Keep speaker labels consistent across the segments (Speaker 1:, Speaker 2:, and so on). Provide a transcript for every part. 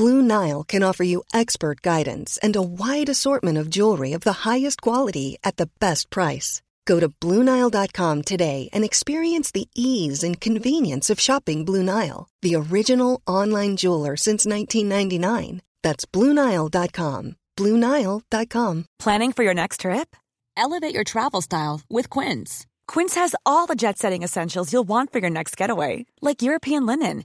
Speaker 1: Blue Nile can offer you expert guidance and a wide assortment of jewelry of the highest quality at the best price. Go to BlueNile.com today and experience the ease and convenience of shopping Blue Nile, the original online jeweler since 1999. That's BlueNile.com. BlueNile.com.
Speaker 2: Planning for your next trip? Elevate your travel style with Quince. Quince has all the jet setting essentials you'll want for your next getaway, like European linen,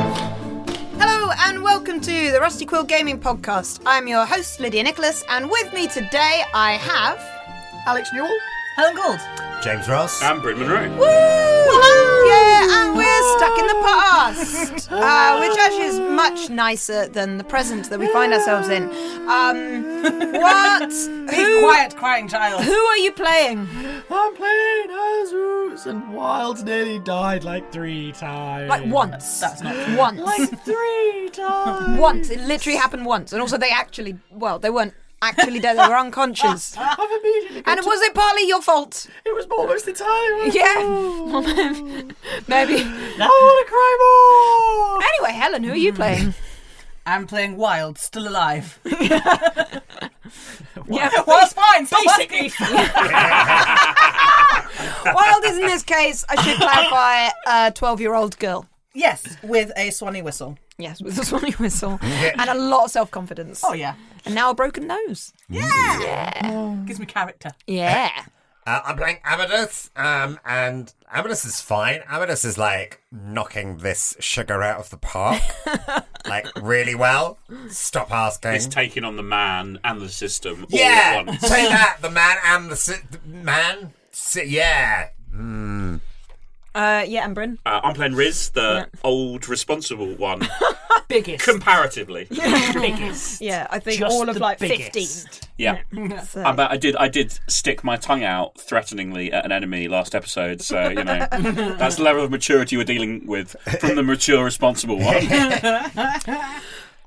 Speaker 3: Hello and welcome to the Rusty Quill Gaming Podcast. I'm your host, Lydia Nicholas, and with me today I have Alex Newell, Helen Gould.
Speaker 4: James Ross.
Speaker 5: I'm Brit Monroe.
Speaker 3: Woo! Yeah, and we're stuck in the past, uh, which actually is much nicer than the present that we find ourselves in. Um, what?
Speaker 6: Be quiet, crying child.
Speaker 3: Who are you playing?
Speaker 4: I'm playing Azus, and Wilds nearly died like three times.
Speaker 3: Like once.
Speaker 6: That's not true.
Speaker 3: Once.
Speaker 4: Like three times.
Speaker 3: once. It literally happened once, and also they actually, well, they weren't actually dead; they were unconscious.
Speaker 4: I've immediately. got
Speaker 3: And
Speaker 4: to-
Speaker 3: was it partly your fault?
Speaker 4: It was almost the time.
Speaker 3: Yeah. Maybe.
Speaker 4: Now I want to cry more. Hmm.
Speaker 3: Anyway, Helen, who are you playing?
Speaker 6: I'm playing Wild, still alive.
Speaker 3: yeah,
Speaker 6: Wild's fine, so
Speaker 3: basically. Wild is in this case, I should clarify, a 12 year old girl.
Speaker 6: Yes, with a swanny whistle.
Speaker 3: Yes, with a swanny whistle and a lot of self confidence.
Speaker 6: Oh yeah,
Speaker 3: And now a broken nose.
Speaker 4: Hmm.
Speaker 6: gives me character.
Speaker 3: Yeah.
Speaker 5: Uh, I'm playing Amadus, um, and Amadus is fine. Amadus is like knocking this sugar out of the park, like really well. Stop asking.
Speaker 7: It's taking on the man and the system all
Speaker 5: yeah,
Speaker 7: at once.
Speaker 5: take that, the man and the, si- the man. Si- yeah. Mm.
Speaker 6: Uh, yeah, and Bryn.
Speaker 7: Uh, I'm playing Riz, the old responsible one.
Speaker 6: biggest.
Speaker 7: Comparatively.
Speaker 6: biggest. Yeah, I think
Speaker 8: Just
Speaker 6: all of
Speaker 8: the
Speaker 6: like
Speaker 8: biggest.
Speaker 7: Yeah.
Speaker 6: fifteen. So-
Speaker 7: Uh, but I did I did stick my tongue out threateningly at an enemy last episode, so you know that's the level of maturity we're dealing with from the mature responsible one.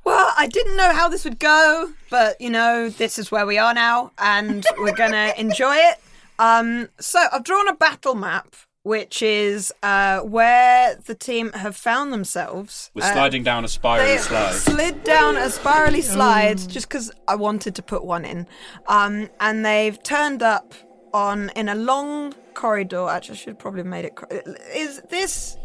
Speaker 3: Well, I didn't know how this would go, but you know, this is where we are now, and we're gonna enjoy it. Um, so I've drawn a battle map, which is uh, where the team have found themselves.
Speaker 7: We're
Speaker 3: Uh,
Speaker 7: sliding down a spiral
Speaker 3: they
Speaker 7: slide.
Speaker 3: slid down a spirally slide just because I wanted to put one in, um, and they've turned up on in a long corridor. Actually, I should have probably made it. cor- Is this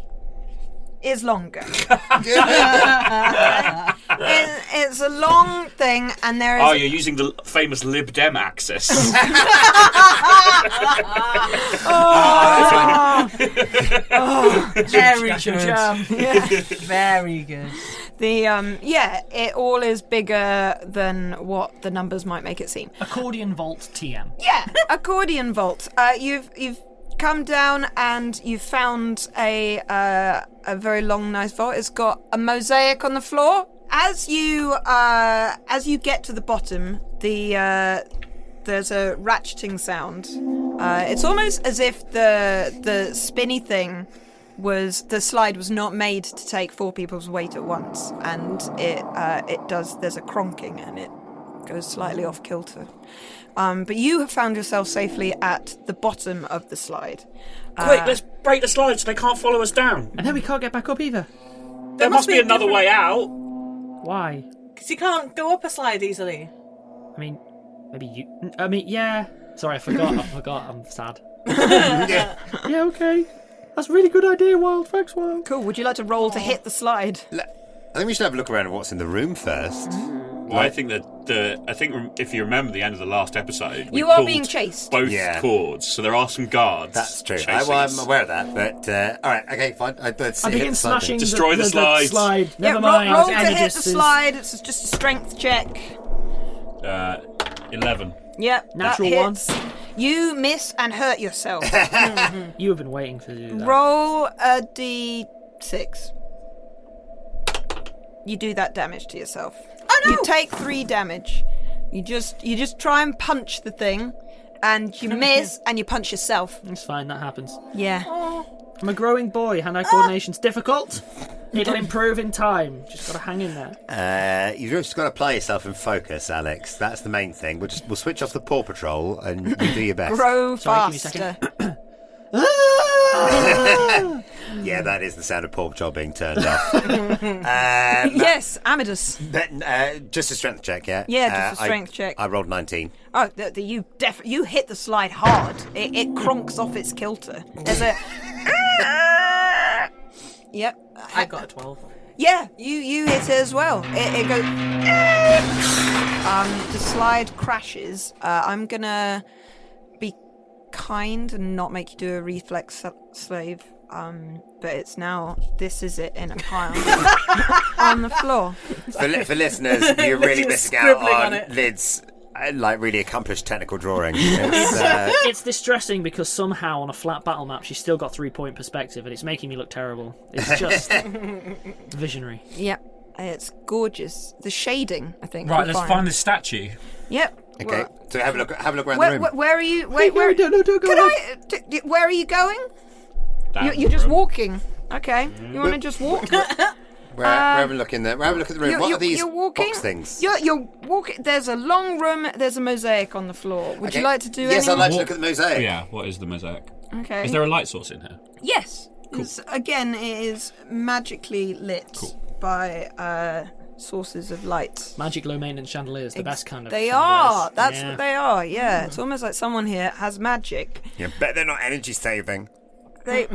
Speaker 3: is longer? It- it's a long thing, and there is.
Speaker 7: Oh, you're using the famous Lib Dem axis.
Speaker 3: Oh,
Speaker 6: Very good.
Speaker 3: Yeah.
Speaker 6: Very good.
Speaker 3: The um, yeah, it all is bigger than what the numbers might make it seem.
Speaker 8: Accordion Vault TM.
Speaker 3: Yeah, accordion vault. Uh, you've you've come down and you've found a uh, a very long, nice vault. It's got a mosaic on the floor. As you uh, as you get to the bottom, the uh, there's a ratcheting sound. Uh, it's almost as if the the spinny thing was the slide was not made to take four people's weight at once, and it uh, it does. There's a cronking and it goes slightly off kilter. Um, but you have found yourself safely at the bottom of the slide. Uh,
Speaker 7: Quick, let's break the slide so they can't follow us down.
Speaker 8: And then we can't get back up either.
Speaker 7: There, must, be, another way out.
Speaker 8: Why?
Speaker 6: Because you can't go up a slide easily.
Speaker 8: I mean, maybe you. I mean, yeah. Sorry, I forgot. I forgot. I'm sad.
Speaker 5: yeah.
Speaker 8: okay. That's a really good idea, Wild. Thanks, Wild.
Speaker 3: Cool. Would you like to roll to hit the slide?
Speaker 5: I think we should have a look around at what's in the room first.
Speaker 7: Well, I think that the I think rem- if you remember the end of the last episode, we
Speaker 3: You are
Speaker 7: pulled
Speaker 3: being chased.
Speaker 7: Both
Speaker 5: Yeah.
Speaker 7: cords, so there are some guards. That's
Speaker 5: True. I, well, I'm aware of that, but uh, all right, okay, fine. I, let's
Speaker 7: I
Speaker 5: hit
Speaker 7: begin
Speaker 5: the slide then.
Speaker 7: smashing the- Destroy the the- the slides. slide.
Speaker 3: Yeah,
Speaker 7: Never
Speaker 3: ro-
Speaker 7: mind,
Speaker 3: roll to
Speaker 7: Annie
Speaker 3: hit the
Speaker 7: just is-
Speaker 3: slide. It's just a strength check.
Speaker 7: Uh, Eleven.
Speaker 3: Yep.
Speaker 8: Natural
Speaker 3: that
Speaker 8: one.
Speaker 3: hits. You miss and hurt yourself. Hmm.
Speaker 8: You have been waiting for you.
Speaker 3: roll a d6. You do that damage to yourself. Oh no! You take three damage. You just you just try and punch the thing, and you miss and you punch yourself.
Speaker 8: It's fine. That happens.
Speaker 3: Yeah.
Speaker 8: I'm a growing boy. Hand-eye coordination's difficult. It'll improve in time. Just gotta hang in there.
Speaker 5: Uh, you've just got to apply yourself and focus, Alex. That's the main thing. We'll, just, we'll switch off the Paw Patrol and you do your best.
Speaker 3: Grow
Speaker 8: Sorry, give me a
Speaker 3: faster.
Speaker 5: yeah, that is the sound of Paw Patrol being turned off.
Speaker 3: yes, Amadus.
Speaker 5: Then, uh, just a strength check, yeah?
Speaker 3: Yeah, just
Speaker 5: Uh,
Speaker 3: a
Speaker 5: I-
Speaker 3: strength check.
Speaker 5: I rolled 19.
Speaker 3: Oh, the, the, you def- you hit the slide hard. It, it cronks off its kilter. There's a. yep.
Speaker 6: I got a 12.
Speaker 3: Yeah, you you hit it as well. It, it goes. um, the slide crashes. Uh, I'm gonna be kind and not make you do a reflex sl- slave. Um, but it's now. This is it in a pile on the floor.
Speaker 5: For, li- for listeners, you're really
Speaker 3: Just
Speaker 5: missing out
Speaker 3: scribbling
Speaker 5: on,
Speaker 3: on it.
Speaker 5: Lid's, uh, like, really accomplished technical drawing. It's, uh,
Speaker 8: it's distressing because somehow on a flat battle map she's still got three point perspective and it's making me look terrible. It's just visionary.
Speaker 3: Yep. Uh, It's gorgeous. The shading, I think.
Speaker 7: Right,
Speaker 3: we're
Speaker 7: let's
Speaker 3: fine.
Speaker 7: find this statue.
Speaker 3: Yep.
Speaker 5: okay,
Speaker 3: Well,
Speaker 5: so have a look, have a look around
Speaker 3: where,
Speaker 5: the room.
Speaker 3: where- where are you? Wait, where?
Speaker 8: No, no, don't go
Speaker 3: Can I? d- d- where are you going? You, you're just walking. Okay. You
Speaker 5: Mm-hmm.
Speaker 3: want to just walk?
Speaker 5: We're, we're having a look in there. We're having a look at the room.
Speaker 3: uh, You're-
Speaker 5: what
Speaker 3: you're-
Speaker 5: are these
Speaker 3: you're walking-
Speaker 5: box things?
Speaker 3: You're, you're walking. There's a long room. There's a mosaic on the floor. Would you
Speaker 5: Okay.
Speaker 3: like to do
Speaker 5: Yes,
Speaker 3: any?
Speaker 5: I'd like to look at the mosaic.
Speaker 7: Yeah, what is the mosaic?
Speaker 3: Okay.
Speaker 7: Is there a light source in here?
Speaker 3: Yes. It's- Again, it is magically lit by uh, sources of light.
Speaker 8: Magic low maintenance chandeliers, the best kind of.
Speaker 3: They
Speaker 8: chandeliers.
Speaker 3: are. That's
Speaker 8: Yeah.
Speaker 3: what they are. Yeah. It's almost like someone here has magic.
Speaker 5: You bet they're not energy saving.
Speaker 3: They.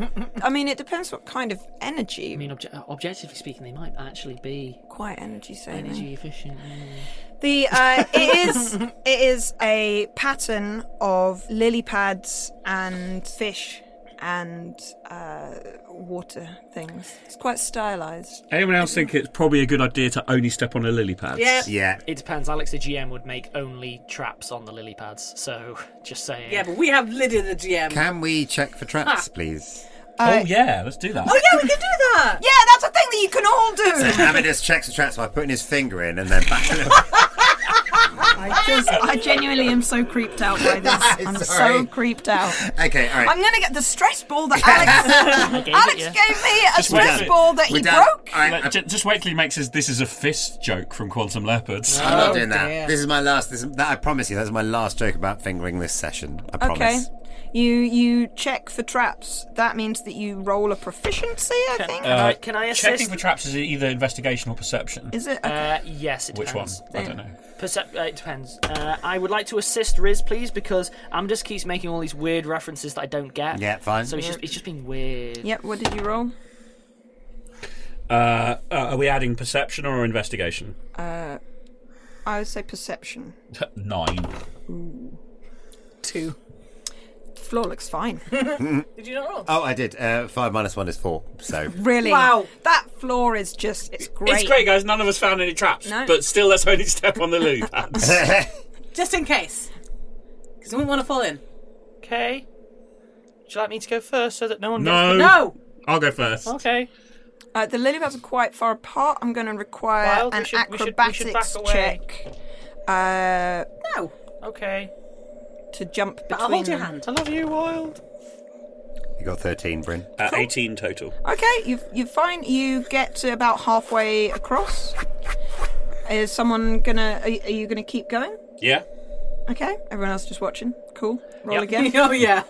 Speaker 3: I mean, it depends what kind of energy.
Speaker 8: uh, I mean, obje- objectively speaking, they might actually be
Speaker 3: Quite energy saving.
Speaker 8: energy efficient. yeah.
Speaker 3: The uh, it is it is a pattern of lily pads and fish and uh, water things. It's quite stylized.
Speaker 7: Anyone else think it's probably a good idea to only step on a lily pad?
Speaker 8: It depends. Alex, the GM, would make only traps on the lily pads. So just saying.
Speaker 6: Yeah, but we have Lydia the GM.
Speaker 3: um,
Speaker 5: Can we check for traps,
Speaker 3: Ah.
Speaker 5: please?
Speaker 3: Uh,
Speaker 7: oh yeah, let's do that.
Speaker 6: Oh yeah, we can do that.
Speaker 3: Yeah, that's a thing that you can all do.
Speaker 5: So Amadis checks the traps by putting his finger in and then back.
Speaker 9: I just, I genuinely am so creeped out by this. I'm so
Speaker 5: sorry.
Speaker 9: creeped out.
Speaker 5: okay, all
Speaker 3: I'm
Speaker 5: right.
Speaker 3: gonna get the stress ball that Alex
Speaker 7: gave it,
Speaker 3: Alex
Speaker 7: yeah.
Speaker 3: gave me a stress ball that he broke.
Speaker 7: Like, ju- just wait till he makes his "this is a fist" joke from Quantum Leopards.
Speaker 5: I'm
Speaker 3: Oh,
Speaker 5: not doing that. This is my last. This is, that I promise you. That's my last joke about fingering this session. I promise.
Speaker 3: Okay. You you check for traps. That means that you roll a proficiency, I think.
Speaker 7: Uh,
Speaker 8: can I
Speaker 7: Checking
Speaker 8: assist?
Speaker 7: for traps is either investigation or perception.
Speaker 3: Is it?
Speaker 8: Uh, yes, it
Speaker 7: Which
Speaker 8: depends.
Speaker 7: one? I don't know.
Speaker 8: Percep- uh, it depends. Uh, I would like to assist Riz, please, because I'm just keeps making all these weird references that I don't get.
Speaker 7: Yeah, fine.
Speaker 8: So it's just, it's just being weird.
Speaker 3: Yep. What did you roll?
Speaker 7: Uh, uh, are we adding perception or investigation?
Speaker 3: Uh, I would say perception.
Speaker 7: Nine.
Speaker 3: Two. Floor looks fine.
Speaker 6: Did you not roll?
Speaker 5: Oh, I did. Uh, five minus one is four. So
Speaker 3: Really?
Speaker 6: Wow.
Speaker 3: That floor is just, it's great.
Speaker 7: It's great, guys. None of us found any traps,
Speaker 3: No.
Speaker 7: but still, let's only step on the lily pads.
Speaker 6: Just in case. Because we wouldn't want to fall in.
Speaker 8: Okay. Would you like me to go first so that no one
Speaker 7: no,
Speaker 8: gets
Speaker 7: I'll go first.
Speaker 8: Okay.
Speaker 3: Uh, the lily pads are quite far apart. I'm going to require
Speaker 8: Wild, we
Speaker 3: an
Speaker 8: should- we should- we should back
Speaker 3: acrobatics
Speaker 8: away.
Speaker 3: check. Uh, no.
Speaker 8: Okay.
Speaker 3: To jump between.
Speaker 6: But I'll hold your
Speaker 3: them.
Speaker 6: hand.
Speaker 8: I love you, Wild.
Speaker 5: you got thirteen, Bryn.
Speaker 7: Uh, Eighteen total.
Speaker 3: Okay, you you fine. You get to about halfway across. Is someone gonna? Are, are you gonna keep going?
Speaker 7: Yeah.
Speaker 3: Okay, everyone else just watching. Cool. Roll
Speaker 7: Yep.
Speaker 3: again.
Speaker 6: oh yeah.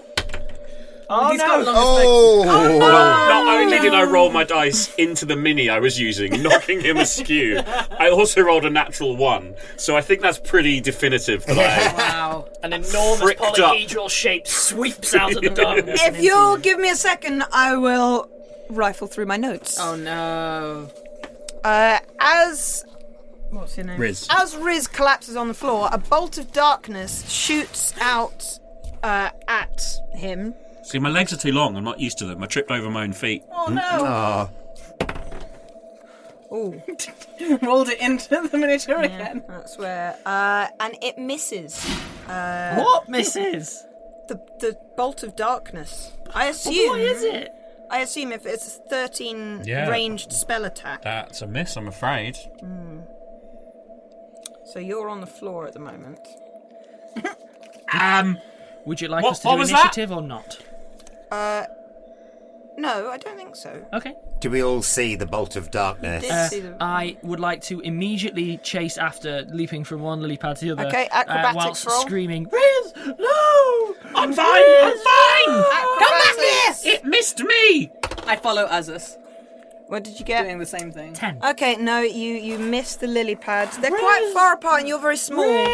Speaker 8: Oh,
Speaker 6: He's got long
Speaker 5: Oh,
Speaker 7: Well, not only did I roll my dice into the mini I was using, knocking him askew, I also rolled a natural one. So I think that's pretty definitive that
Speaker 8: Wow. An enormous
Speaker 7: Fricked up.
Speaker 8: polyhedral shape sweeps out of the darkness. and
Speaker 3: If
Speaker 8: into
Speaker 3: you'll give me a second, I will rifle through my notes.
Speaker 6: Oh no.
Speaker 3: Uh, as what's your name?
Speaker 7: Riz.
Speaker 3: As Riz collapses on the floor, a bolt of darkness shoots out uh, at him.
Speaker 7: I. See, my legs are too long. I'm not used to them. I tripped over my own feet.
Speaker 6: Oh
Speaker 5: Mm.
Speaker 6: no.
Speaker 5: Ah.
Speaker 3: Ooh,
Speaker 6: Rolled it into the miniature again.
Speaker 3: that's where. Uh, and it misses. Uh,
Speaker 8: What misses?
Speaker 3: The the bolt of darkness. I assume.
Speaker 8: What is it?
Speaker 3: I assume if it's a thirteen
Speaker 7: Yeah.
Speaker 3: ranged spell attack. Hmm.
Speaker 7: That's a miss, I'm afraid.
Speaker 3: So you're on the floor at the moment.
Speaker 7: Um,
Speaker 8: Would you like
Speaker 7: What-
Speaker 8: us to
Speaker 7: what
Speaker 8: do
Speaker 7: was
Speaker 8: initiative or not?
Speaker 3: Uh, no, I don't think so.
Speaker 8: Okay.
Speaker 5: Do we all see the bolt of darkness?
Speaker 8: Uh,
Speaker 3: see them.
Speaker 8: I would like to immediately chase after, leaping from one lily pad to the other.
Speaker 3: Okay,
Speaker 8: uh,
Speaker 3: acrobatics
Speaker 8: whilst
Speaker 3: roll.
Speaker 8: screaming, Riz, no!
Speaker 7: I'm fine! I'm fine!
Speaker 3: Acrobatics.
Speaker 7: It missed me!
Speaker 6: I follow Azus,
Speaker 3: What did you get?
Speaker 6: doing the same thing.
Speaker 8: Ten.
Speaker 3: Okay, no, you you missed the lily pads. They're quite far apart, and you're very small.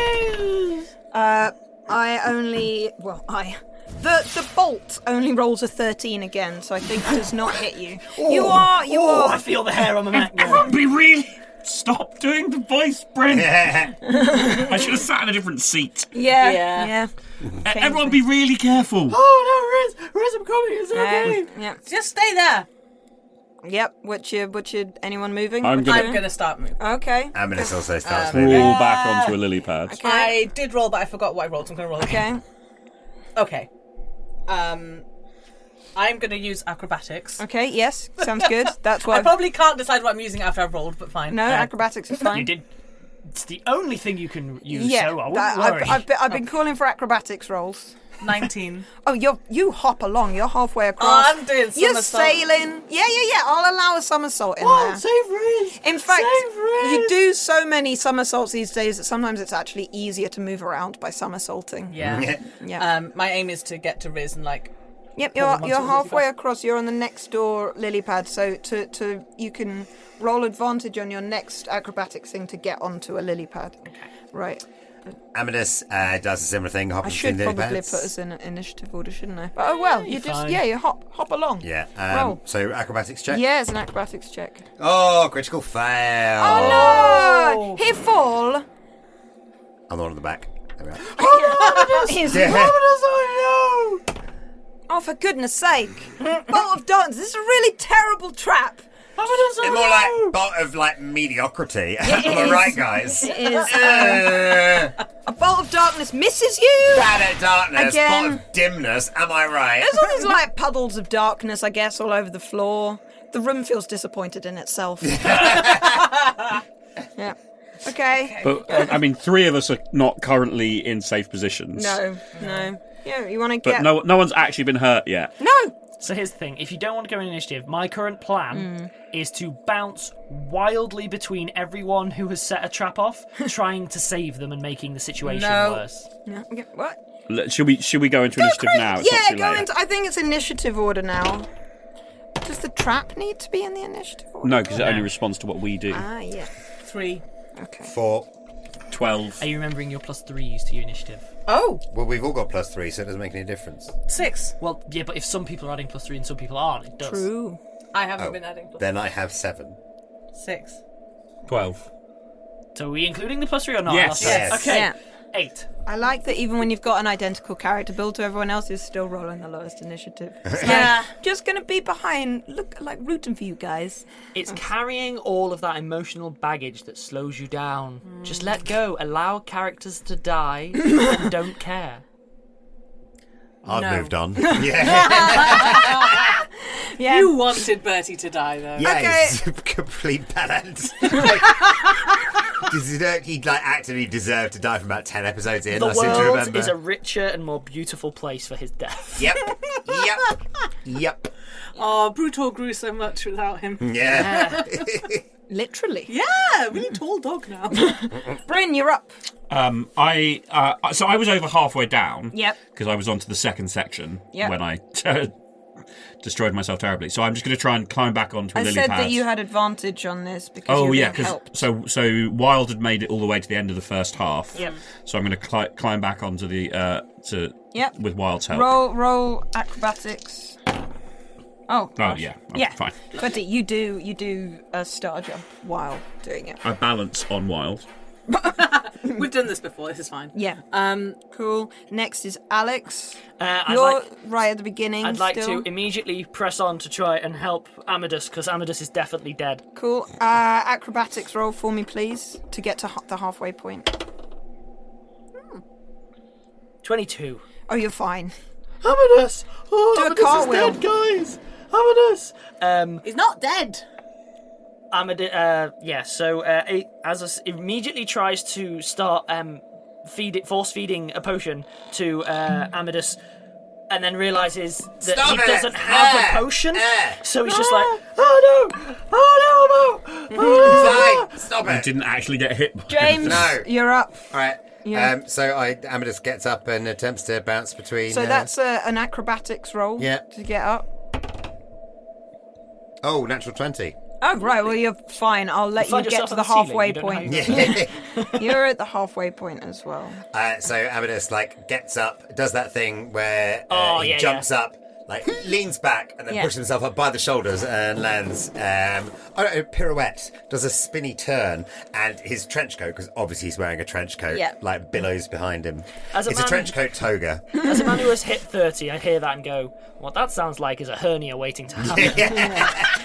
Speaker 3: Uh, I only well, I the the bolt only rolls a thirteen again, so I think it does not hit you. you are you
Speaker 8: oh, I
Speaker 3: are
Speaker 8: feel the hair on my neck. now.
Speaker 7: Everyone be really. Stop doing the voice, Bryn! I should have sat in a different seat. E,
Speaker 3: yeah
Speaker 6: Yeah.
Speaker 3: yeah
Speaker 8: Uh,
Speaker 7: Everyone be really careful.
Speaker 8: oh no, Riz, Riz, I'm coming. It's okay.
Speaker 3: um, yeah
Speaker 6: Just stay there.
Speaker 3: yep. What's your what's your uh, anyone moving?
Speaker 7: I'm
Speaker 3: What
Speaker 7: gonna-
Speaker 3: you
Speaker 6: I'm
Speaker 3: doing?
Speaker 6: gonna start moving.
Speaker 3: Okay.
Speaker 5: Amadis also starts
Speaker 7: Roll
Speaker 5: moving.
Speaker 7: back onto a lily pad.
Speaker 6: um, I did roll, but I forgot what I rolled. so I'm gonna roll again.
Speaker 3: Okay.
Speaker 6: Okay. Um, I'm gonna use acrobatics.
Speaker 3: Okay. Yes. Sounds good. That's what.
Speaker 6: I probably can't decide what I'm using after I've rolled, but fine.
Speaker 3: no acrobatics are fine.
Speaker 8: You did. It's the only thing you can use.
Speaker 3: yeah.
Speaker 8: so I wouldn't
Speaker 3: that-
Speaker 8: worry. Oh.
Speaker 3: I've, I've, been, I've been calling for acrobatics rolls.
Speaker 6: 19.
Speaker 3: Oh, you you hop along. You're halfway across.
Speaker 6: Oh, I'm doing
Speaker 3: You're
Speaker 6: somersault.
Speaker 3: sailing. Yeah, yeah, yeah. I'll allow a somersault in there.
Speaker 8: save Riz.
Speaker 3: in fact, you do so many somersaults these days that sometimes it's actually easier to move around by somersaulting.
Speaker 6: yeah.
Speaker 3: Yeah.
Speaker 6: Um, my aim is to get to Riz and like.
Speaker 3: yep.
Speaker 6: Well,
Speaker 3: You're
Speaker 6: once
Speaker 3: you're
Speaker 6: it's easy,
Speaker 3: halfway
Speaker 6: guys.
Speaker 3: across. You're on the next door lily pad, so to to you can roll advantage on your next acrobatics thing to get onto a lily pad. Right.
Speaker 5: Amadis uh, does a similar thing,
Speaker 3: I
Speaker 5: hopping
Speaker 3: should
Speaker 5: between lily
Speaker 3: probably
Speaker 5: pads.
Speaker 3: put us in initiative order, shouldn't I? But oh well. You just
Speaker 8: fine.
Speaker 3: yeah. You hop hop along.
Speaker 5: Yeah. Um,
Speaker 3: Roll.
Speaker 5: So acrobatics check.
Speaker 3: Yeah, it's an acrobatics check.
Speaker 5: Oh, critical fail.
Speaker 3: Oh no! He fall
Speaker 5: I'm the one at the back. There we are.
Speaker 3: Harmonious!
Speaker 5: Yeah.
Speaker 3: oh no! Oh, for goodness sake! Bolt of Dons, this is a really terrible trap! Harmonious,
Speaker 5: It's more like bolt of like mediocrity. Am I right, guys?
Speaker 3: It is.
Speaker 5: Uh,
Speaker 3: a bolt of darkness misses you!
Speaker 5: Bad at darkness,
Speaker 3: Again.
Speaker 5: bolt of dimness. Am I right?
Speaker 3: There's all these like puddles of darkness, I guess, all over the floor. The room feels disappointed in itself. yeah. Okay.
Speaker 7: But um, I I mean, three of us are not currently in safe positions.
Speaker 3: no, no. Yeah, you want to
Speaker 7: But
Speaker 3: get.
Speaker 7: no, no one's actually been hurt yet.
Speaker 3: No!
Speaker 8: So here's the thing if you don't want to go in initiative, my current plan
Speaker 3: Hmm.
Speaker 8: is to bounce wildly between everyone who has set a trap off, trying to save them and making the situation
Speaker 3: No.
Speaker 8: worse.
Speaker 3: No, okay, What?
Speaker 7: L- Should we? Should we go into initiative now? It's not
Speaker 3: yeah,
Speaker 7: too
Speaker 3: go
Speaker 7: late.
Speaker 3: into. I think it's initiative order now. Does the trap need to be in the initiative order?
Speaker 7: No, because it only responds to what we do.
Speaker 3: Ah, yeah.
Speaker 6: Three.
Speaker 5: Four.
Speaker 7: Twelve.
Speaker 8: Are you remembering your plus threes to your initiative?
Speaker 3: Oh.
Speaker 5: Well, we've all got plus three, so it doesn't make any difference.
Speaker 6: Six.
Speaker 8: Well, yeah, but if some people are adding plus three and some people aren't, it does.
Speaker 6: True. I haven't
Speaker 5: Oh,
Speaker 6: been adding plus
Speaker 5: Then I have seven.
Speaker 6: six.
Speaker 7: Twelve.
Speaker 8: So are we including the plus three or not?
Speaker 5: Yes. Yes.
Speaker 8: Okay.
Speaker 3: Yeah.
Speaker 8: Eight.
Speaker 3: I like that even when you've got an identical character build to everyone else, you're still rolling the lowest initiative. It's like,
Speaker 8: Yeah.
Speaker 3: Just gonna be behind, look like rooting for you guys.
Speaker 8: It's carrying all of that emotional baggage that slows you down. Just let go. Allow characters to die. and don't care.
Speaker 5: I've
Speaker 8: No.
Speaker 5: moved on.
Speaker 6: You wanted Bertie to die, though.
Speaker 5: Yes, complete balance. Because you don't, he like actively deserved to die from about ten episodes in.
Speaker 8: the
Speaker 5: I seem to
Speaker 8: world
Speaker 5: remember.
Speaker 8: is a richer and more beautiful place for his death.
Speaker 5: Yep. yep. Yep.
Speaker 6: Oh, Brutal grew so much without him.
Speaker 5: Yeah.
Speaker 3: Literally.
Speaker 6: Yeah, really tall dog now.
Speaker 3: Bryn, you're up.
Speaker 7: Um, I uh, so I was over halfway down.
Speaker 3: Yep.
Speaker 7: Because I was onto the second section
Speaker 3: Yep.
Speaker 7: when I destroyed myself terribly. So I'm just going to try and climb back onto a
Speaker 3: I
Speaker 7: lily
Speaker 3: said
Speaker 7: pad.
Speaker 3: that you had advantage on this because
Speaker 7: oh
Speaker 3: you
Speaker 7: yeah,
Speaker 3: didn't help.
Speaker 7: so so Wild had made it all the way to the end of the first half.
Speaker 3: Yep.
Speaker 7: So I'm going to cli- climb back onto the uh, to
Speaker 3: Yep.
Speaker 7: with Wild's help.
Speaker 3: Roll, roll acrobatics. Oh.
Speaker 7: Oh yeah, I'm
Speaker 3: yeah.
Speaker 7: fine.
Speaker 3: But you do, you do a star jump while doing it.
Speaker 7: I balance on Wild.
Speaker 6: We've done this before. This is fine.
Speaker 3: Yeah. Um. Cool. Next is Alex.
Speaker 8: Uh, I'd
Speaker 3: You're
Speaker 8: like-
Speaker 3: right at the beginning.
Speaker 8: I'd like
Speaker 3: still.
Speaker 8: to immediately press on to try and help Amadus because Amadus is definitely dead.
Speaker 3: Cool. Uh, acrobatics roll for me, please, to get to ha- the halfway point.
Speaker 8: Twenty-two.
Speaker 3: Oh, you're fine.
Speaker 8: Amadus.
Speaker 3: Oh, Do a Amadus is cartwheel. dead,
Speaker 8: guys. Amadus. Um,
Speaker 6: He's not dead.
Speaker 8: Amadus. Uh, yeah. So uh, it, as us immediately tries to start um, feed it, force feeding a potion to uh, Amadus. And then realizes that
Speaker 6: Stop
Speaker 8: he
Speaker 6: it.
Speaker 8: doesn't have
Speaker 6: Eh,
Speaker 8: a potion,
Speaker 6: eh.
Speaker 8: so he's just like, "Oh no! Oh no! no. Oh,
Speaker 5: no. Stop
Speaker 7: I didn't actually get hit. By
Speaker 3: James,
Speaker 5: No.
Speaker 3: you're up.
Speaker 5: All right.
Speaker 3: Yeah.
Speaker 5: Um, so I Amadis gets up and attempts to bounce between.
Speaker 3: So
Speaker 5: uh,
Speaker 3: that's uh, an acrobatics roll
Speaker 5: Yeah.
Speaker 3: to get up.
Speaker 5: oh, natural twenty.
Speaker 3: Oh, right. Well, you're fine. I'll let you,
Speaker 8: You find
Speaker 3: get
Speaker 8: yourself
Speaker 3: to
Speaker 8: on
Speaker 3: the
Speaker 8: the ceiling,
Speaker 3: halfway
Speaker 8: you don't
Speaker 3: point.
Speaker 8: know
Speaker 3: you're at the halfway point as well.
Speaker 5: Uh, so Amadis like gets up, does that thing where uh,
Speaker 3: Oh,
Speaker 5: he
Speaker 3: yeah,
Speaker 5: jumps up, like leans back, and then
Speaker 3: Yeah.
Speaker 5: pushes himself up by the shoulders and lands. Um, I don't know, pirouette, does a spinny turn, and his trench coat, because obviously he's wearing a trench coat,
Speaker 8: Yeah.
Speaker 5: like billows behind him.
Speaker 8: As a
Speaker 5: it's
Speaker 8: man-
Speaker 5: a trench coat toga.
Speaker 8: no." As a man who has hit thirty, I hear that and go, "What that sounds like is a hernia waiting to happen."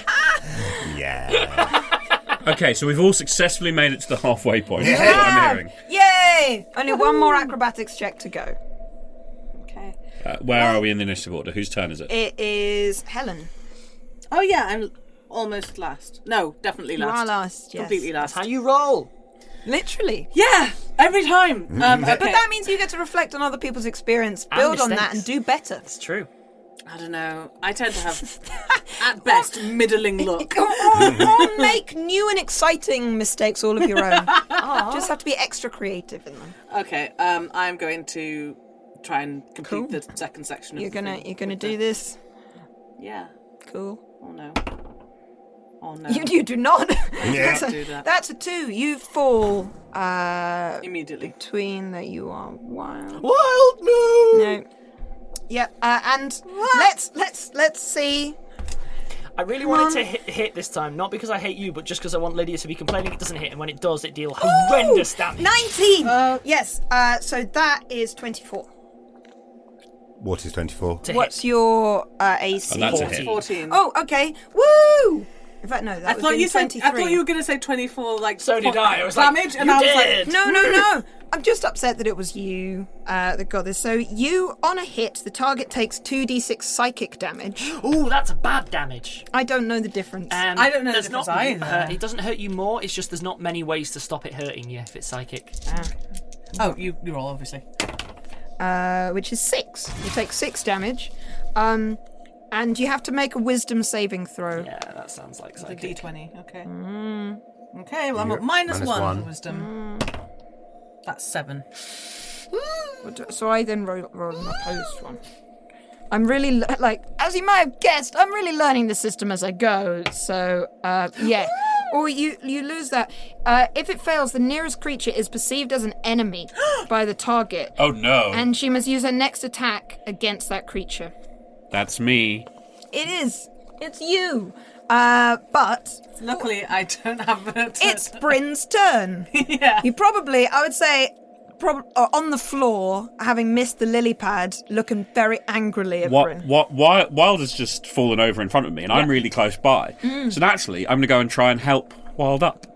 Speaker 5: Yeah.
Speaker 7: okay, so we've all successfully made it to the halfway point. That's what
Speaker 3: Yeah.
Speaker 7: Oh, I'm hearing.
Speaker 3: Yay! Only one more acrobatics check to go.
Speaker 7: Uh, where are we in the initiative order? Whose turn is it?
Speaker 3: It is Helen.
Speaker 6: Oh yeah, I'm almost last. No, definitely
Speaker 3: You
Speaker 6: last.
Speaker 3: are last, yes.
Speaker 6: Completely last.
Speaker 8: how you roll.
Speaker 3: Literally.
Speaker 6: Yeah, every time. Um,
Speaker 3: But
Speaker 6: okay.
Speaker 3: that means you get to reflect on other people's experience,
Speaker 6: And
Speaker 3: build on that,
Speaker 6: mistakes.
Speaker 3: Mm-hmm. and do better. It's
Speaker 8: true.
Speaker 6: I don't know. I tend to have, at best, middling look.
Speaker 3: Or make new and exciting mistakes all of your own. Just have to be extra creative in them.
Speaker 6: Okay, um, I'm going to try and complete the second section. Of
Speaker 3: You're
Speaker 6: the
Speaker 3: gonna
Speaker 6: thing
Speaker 3: you're gonna
Speaker 6: with the-
Speaker 3: do this.
Speaker 6: Yeah.
Speaker 3: Cool.
Speaker 6: Oh no. Oh no.
Speaker 3: You, you do not.
Speaker 6: Yeah.
Speaker 3: that's, a,
Speaker 6: Do that.
Speaker 3: that's a two. You fall uh,
Speaker 6: immediately
Speaker 3: between that you are wild.
Speaker 6: Wild no.
Speaker 3: No. Yeah. Uh, and let's let's let's see.
Speaker 8: I really wanted to hit, hit this time, not because I hate you, but just because I want Lydia to be complaining it doesn't hit, and when it does, it deal horrendous damage.
Speaker 3: 19! Uh, yes, uh, so that is 24.
Speaker 5: What is 24?
Speaker 3: What's your uh, AC?
Speaker 5: And that's a hit.
Speaker 6: 14.
Speaker 3: Oh, okay. Woo! In fact, no, that
Speaker 6: I
Speaker 3: would
Speaker 6: thought
Speaker 3: be
Speaker 6: you said.
Speaker 3: 23.
Speaker 6: I thought you were going to say twenty-four. Like
Speaker 3: So
Speaker 8: did I. I was like,
Speaker 6: damage, and
Speaker 8: you
Speaker 6: I was
Speaker 8: did.
Speaker 6: like,
Speaker 3: no, no, no. I'm just upset that it was you uh, that got this. So you, on a hit, the target takes 2d6 psychic damage.
Speaker 8: Ooh, that's bad damage.
Speaker 3: I don't know the difference.
Speaker 8: Um, there's not, uh, it doesn't hurt you more. It's just there's not many ways to stop it hurting you if it's psychic.
Speaker 6: Oh, you you roll obviously. Oh.
Speaker 3: uh, which is six. You take six damage, um, and you have to make a Wisdom saving throw. Hmm. Yeah,
Speaker 8: that sounds like
Speaker 6: The D
Speaker 3: psychic.
Speaker 6: twenty. Okay.
Speaker 3: Mm.
Speaker 6: Okay. Well, I'm
Speaker 3: You're-
Speaker 6: at
Speaker 3: minus
Speaker 6: minus, minus one,
Speaker 3: one.
Speaker 6: wisdom.
Speaker 3: Mm.
Speaker 6: That's seven.
Speaker 3: So I then roll, roll an opposed one. I'm really le- like, as you may have guessed, I'm really learning the system as I go. So uh, yeah. Or you, you lose that. Uh, if it fails, the nearest creature is perceived as an enemy by the target.
Speaker 7: Oh no.
Speaker 3: And she must use her next attack against that creature.
Speaker 7: That's me.
Speaker 3: It is. It's you. Uh, but
Speaker 6: luckily, I don't have a turn.
Speaker 3: It's Bryn's turn.
Speaker 6: yeah.
Speaker 3: You probably, I would say, prob- uh, on the floor, having missed the lily pad, looking very angrily at
Speaker 7: What,
Speaker 3: Bryn.
Speaker 7: what, Wi- Wilder's just fallen over in front of me, and I'm
Speaker 3: Yeah.
Speaker 7: really close by.
Speaker 3: Mm.
Speaker 7: So naturally, I'm going to go and try and help Wild up.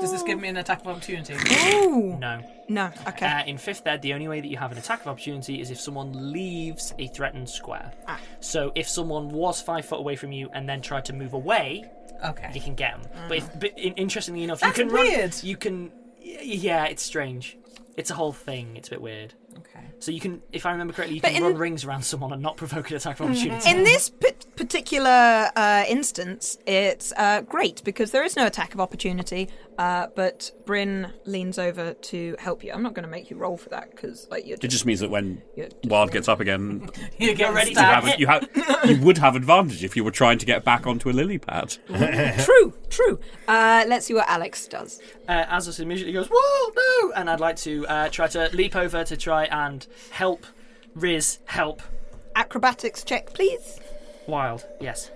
Speaker 6: Does this give me an attack of opportunity?
Speaker 3: Ooh.
Speaker 8: No.
Speaker 3: No. Okay.
Speaker 8: Uh, in fifth ed, the only way that you have an attack of opportunity is if someone leaves a threatened square. So if someone was five foot away from you and then tried to move away,
Speaker 6: okay,
Speaker 8: you can get them. But if, but in, interestingly enough,
Speaker 6: That's
Speaker 8: you can
Speaker 6: weird.
Speaker 8: run. You can. y- Yeah, it's strange. It's a whole thing. It's a bit weird.
Speaker 6: Okay.
Speaker 8: So you can, if I remember correctly, you
Speaker 3: But
Speaker 8: can
Speaker 3: in-
Speaker 8: run rings around someone and not provoke an attack of opportunity.
Speaker 3: In this p- particular uh, instance, it's uh, great because there is no attack of opportunity. Uh, but Bryn leans over to help you. I'm not going to make you roll for that because like you're
Speaker 7: It just means that when
Speaker 3: Yeah.
Speaker 7: Wild gets up again,
Speaker 6: You get ready
Speaker 7: you, have, you, have, you would have advantage if you were trying to get back onto a lily pad.
Speaker 3: true, true. Uh, let's see what Alex does.
Speaker 8: uh, Azus immediately goes, "Whoa, no!" And I'd like to uh, try to leap over to try and help Riz help
Speaker 3: Acrobatics check, please.
Speaker 8: Wild. Yes.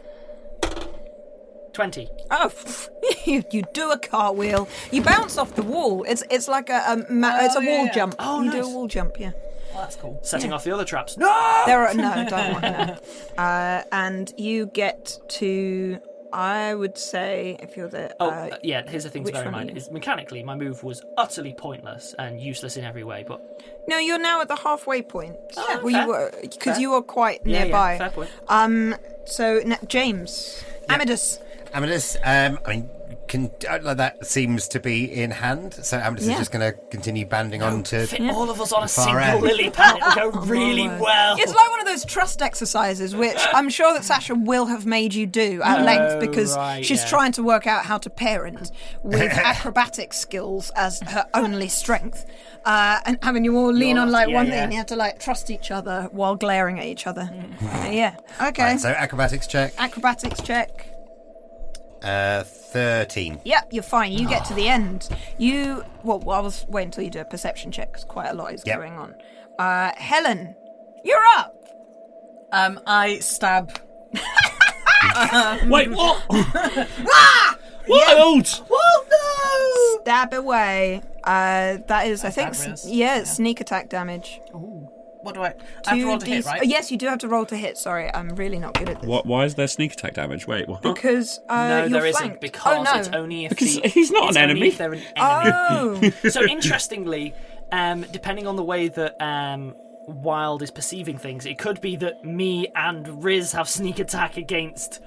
Speaker 8: Twenty.
Speaker 3: Oh, you, you do a cartwheel. You bounce off the wall. It's it's like a, a ma- it's a wall jump. Oh, you do a wall jump. Yeah.
Speaker 6: Well, that's cool.
Speaker 8: Setting
Speaker 3: Yeah.
Speaker 8: off the other traps.
Speaker 3: No, there are no. Don't want that. Uh, and you get to. I would say if you're the.
Speaker 8: Oh,
Speaker 3: uh,
Speaker 8: uh, yeah. Here's the thing to
Speaker 3: which
Speaker 8: bear in
Speaker 3: one are
Speaker 8: mind:
Speaker 3: you?
Speaker 8: is mechanically, my move was utterly pointless and useless in every way. But
Speaker 3: No, you're now at the halfway point.
Speaker 8: Yeah,
Speaker 3: well,
Speaker 8: Oh, fair.
Speaker 3: you were
Speaker 8: Fair.
Speaker 3: because you were quite
Speaker 8: Yeah, yeah,
Speaker 3: nearby.
Speaker 8: fair point.
Speaker 3: Um. So na- James, Amadus.
Speaker 5: Amadus, um, I mean, can, uh, that seems to be in hand, so Amadus
Speaker 3: Yeah.
Speaker 5: is just going to continue banding on to.
Speaker 8: fit all of us on a
Speaker 5: Far
Speaker 8: single
Speaker 5: end.
Speaker 8: lily pad, it'll go really well.
Speaker 3: Oh It's like one of those trust exercises, which I'm sure that Sasha will have made you do at
Speaker 8: Oh,
Speaker 3: length because
Speaker 8: right,
Speaker 3: she's
Speaker 8: yeah.
Speaker 3: trying to work out how to parent with acrobatic skills as her only strength. Uh, and having you all lean
Speaker 5: You'll
Speaker 3: on
Speaker 5: have to-
Speaker 3: like
Speaker 5: yeah,
Speaker 3: one
Speaker 5: yeah.
Speaker 3: thing, you have to like trust each other while glaring at each other.
Speaker 8: Mm.
Speaker 3: yeah. Okay.
Speaker 5: Right, so acrobatics check,
Speaker 3: Acrobatics check.
Speaker 5: uh, 13.
Speaker 3: Yep, you're fine. You get to the end. You. Well, well, I was waiting until you do a perception check because quite a lot is
Speaker 5: Yep.
Speaker 3: going on. Uh, Helen, you're up.
Speaker 6: Um, I stab.
Speaker 7: Wait, what?
Speaker 6: Oh,
Speaker 3: Wild!
Speaker 6: What
Speaker 3: Stab away. Uh, that is, I think, s- yeah, it's sneak attack damage.
Speaker 6: What do I? I have to roll to hit,
Speaker 3: Two
Speaker 6: right?
Speaker 3: oh, yes, you do have to roll to hit. Sorry, I'm really not good at this.
Speaker 7: What, why is there sneak attack damage? Wait, what?
Speaker 3: Because uh,
Speaker 8: no,
Speaker 3: you're
Speaker 8: there
Speaker 3: flanked.
Speaker 8: not because
Speaker 3: oh, no.
Speaker 8: it's only if
Speaker 7: Because
Speaker 8: the-
Speaker 7: he's not
Speaker 8: it's
Speaker 7: an
Speaker 8: only
Speaker 7: enemy.
Speaker 8: if they're an enemy.
Speaker 3: Oh.
Speaker 8: so interestingly, um, depending on the way that um, Wild is perceiving things, it could be that me and Riz have sneak attack against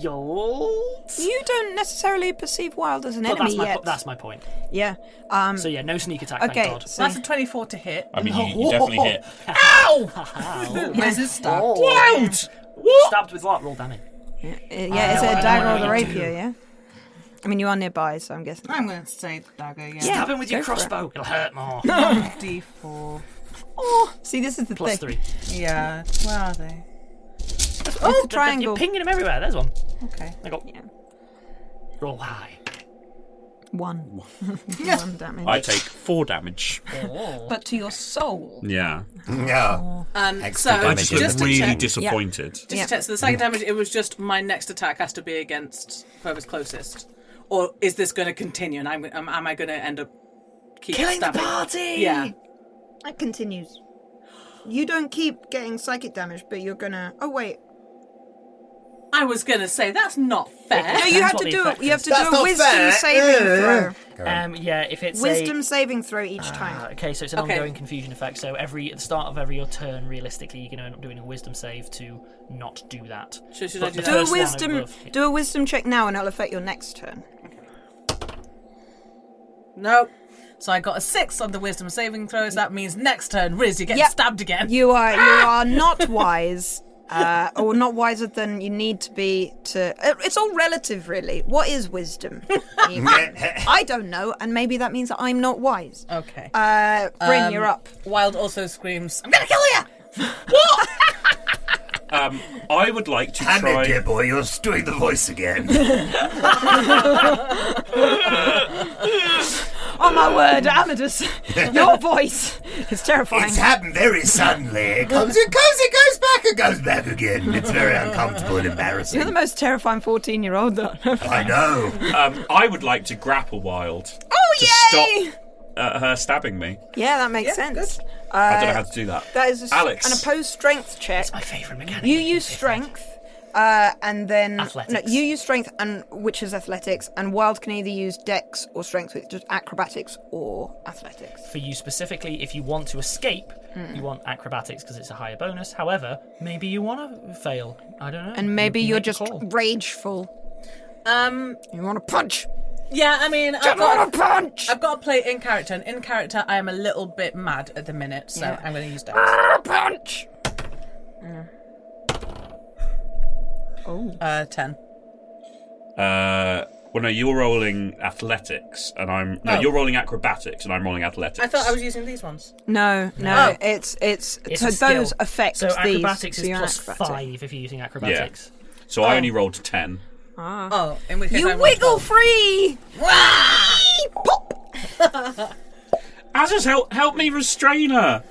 Speaker 8: Wild.
Speaker 3: You don't necessarily perceive wild as an
Speaker 8: But
Speaker 3: enemy
Speaker 8: that's my,
Speaker 3: yet.
Speaker 8: po- that's my point.
Speaker 3: Yeah. Um,
Speaker 8: So yeah, no sneak attack.
Speaker 3: okay,
Speaker 8: Ah, Thank God.
Speaker 3: so- That's a
Speaker 6: 24 to hit.
Speaker 7: I mean, you, you definitely hit.
Speaker 8: Ow!
Speaker 6: Riz is stabbed.
Speaker 8: Wild. Oh. What? Stabbed with what? Roll damage.
Speaker 3: Uh, yeah, it's
Speaker 8: I
Speaker 3: a
Speaker 8: don't
Speaker 3: dagger or
Speaker 8: know
Speaker 3: the
Speaker 8: what you
Speaker 3: rapier,
Speaker 8: do.
Speaker 3: yeah? I mean, you are nearby, so I'm guessing.
Speaker 6: I'm going to say dagger. Yeah.
Speaker 3: Yeah,
Speaker 8: Stab him with your
Speaker 3: go for it.
Speaker 8: crossbow. It'll hurt more.
Speaker 6: D4.
Speaker 3: Oh, see, this is the
Speaker 8: Plus
Speaker 3: thing.
Speaker 8: three.
Speaker 6: Yeah. Where are they?
Speaker 3: Oh,
Speaker 8: You're
Speaker 3: triangle.
Speaker 8: pinging him everywhere. There's one.
Speaker 6: Okay.
Speaker 8: I got. Roll high.
Speaker 9: One. One damage.
Speaker 7: I take four damage.
Speaker 9: But to your soul.
Speaker 7: Yeah.
Speaker 5: Yeah.
Speaker 6: Um,
Speaker 7: Extra
Speaker 6: so
Speaker 7: damage.
Speaker 6: just to
Speaker 7: Really
Speaker 6: check-
Speaker 7: disappointed.
Speaker 6: Just
Speaker 7: Mm.
Speaker 6: to check, so the second damage, it was just my next attack has to be against whoever's closest, or is this going to continue? And I'm, am, am I going to end up keep
Speaker 3: Killing the
Speaker 6: stabbing?
Speaker 3: party!
Speaker 6: Yeah.
Speaker 3: That continues. You don't keep getting psychic damage, but you're gonna. Oh wait.
Speaker 6: I was gonna say that's not fair.
Speaker 3: No, you have to do it. You have to do a wisdom saving throw.
Speaker 8: Um, yeah, if it's a-
Speaker 3: wisdom saving throw each
Speaker 8: Ah,
Speaker 3: time.
Speaker 8: okay, so it's an ongoing confusion effect. So every at the start of every your turn, realistically, you're going to end up doing a wisdom save to not do that.
Speaker 6: So should
Speaker 8: But
Speaker 6: I
Speaker 8: the
Speaker 6: do
Speaker 3: Do a
Speaker 8: first one I
Speaker 3: wisdom.
Speaker 8: will-
Speaker 3: Do a wisdom check now, and it'll affect your next turn.
Speaker 6: Nope. So I got a six on the wisdom saving throws. That means next turn, Riz, you get stabbed again.
Speaker 3: You are you are not wise, uh, or not wiser than you need to be. To it- it's all relative, really. What is wisdom? I don't know, and maybe that means that I'm not wise.
Speaker 6: Okay.
Speaker 3: Uh, Bryn,
Speaker 6: Um,
Speaker 3: you're up.
Speaker 6: Wild also screams, "I'm gonna kill you!"
Speaker 7: Um, I would like to
Speaker 5: Andy,
Speaker 7: try.
Speaker 5: dear boy, you're doing the voice again.
Speaker 9: Oh my word, Amadus, your voice is terrifying.
Speaker 5: It's happened very suddenly. It comes, it comes, it goes back, it goes back again. It's very uncomfortable and
Speaker 3: You're
Speaker 5: embarrassing.
Speaker 3: the most terrifying fourteen-year-old.
Speaker 5: I know.
Speaker 7: Um, I would like to grapple Wild
Speaker 3: Oh
Speaker 7: to stop uh, her stabbing me.
Speaker 3: Yeah, that makes sense. Uh,
Speaker 7: I don't know how to do that.
Speaker 3: That is a s-
Speaker 7: Alex.
Speaker 3: an opposed strength check. It's
Speaker 8: my favourite mechanic.
Speaker 3: You use strength, uh, and then
Speaker 8: Athletics.
Speaker 3: no, you use strength, and which is athletics. And Wild can either use Dex or strength, which is acrobatics or athletics.
Speaker 8: For you specifically, if you want to escape,
Speaker 3: Hmm.
Speaker 8: you want acrobatics because it's a higher bonus. However, maybe you want to fail. I don't know.
Speaker 3: And maybe
Speaker 8: You
Speaker 3: you're
Speaker 8: make the
Speaker 3: just
Speaker 8: call.
Speaker 3: rageful.
Speaker 6: Um,
Speaker 3: You want to punch.
Speaker 6: yeah, I mean, I've
Speaker 3: Come on,
Speaker 6: got,
Speaker 3: a punch!
Speaker 6: I've got to play in character, and in character, I am a little bit mad at the minute, so
Speaker 3: Yeah.
Speaker 6: I'm going to use dex.
Speaker 3: Ah, punch!
Speaker 6: Oh. Uh, ten.
Speaker 7: Uh, well, no, you're rolling athletics, and I'm no,
Speaker 6: Oh.
Speaker 7: you're rolling acrobatics, and I'm rolling athletics.
Speaker 6: I thought I was using these ones. Oh.
Speaker 3: No,
Speaker 6: no,
Speaker 3: no, it's it's,
Speaker 8: It's
Speaker 3: so
Speaker 8: a skill.
Speaker 3: those affect
Speaker 8: So
Speaker 3: these.
Speaker 8: acrobatics
Speaker 3: so
Speaker 8: is
Speaker 3: you're
Speaker 8: plus
Speaker 3: acrobatic.
Speaker 8: five if you're using
Speaker 7: yeah.
Speaker 8: acrobatics.
Speaker 7: So I only rolled ten.
Speaker 3: Ah.
Speaker 6: Oh, in which case
Speaker 3: You
Speaker 6: I rolled
Speaker 3: wiggle
Speaker 6: 12.
Speaker 3: free.
Speaker 7: Azus, help help me restrain her.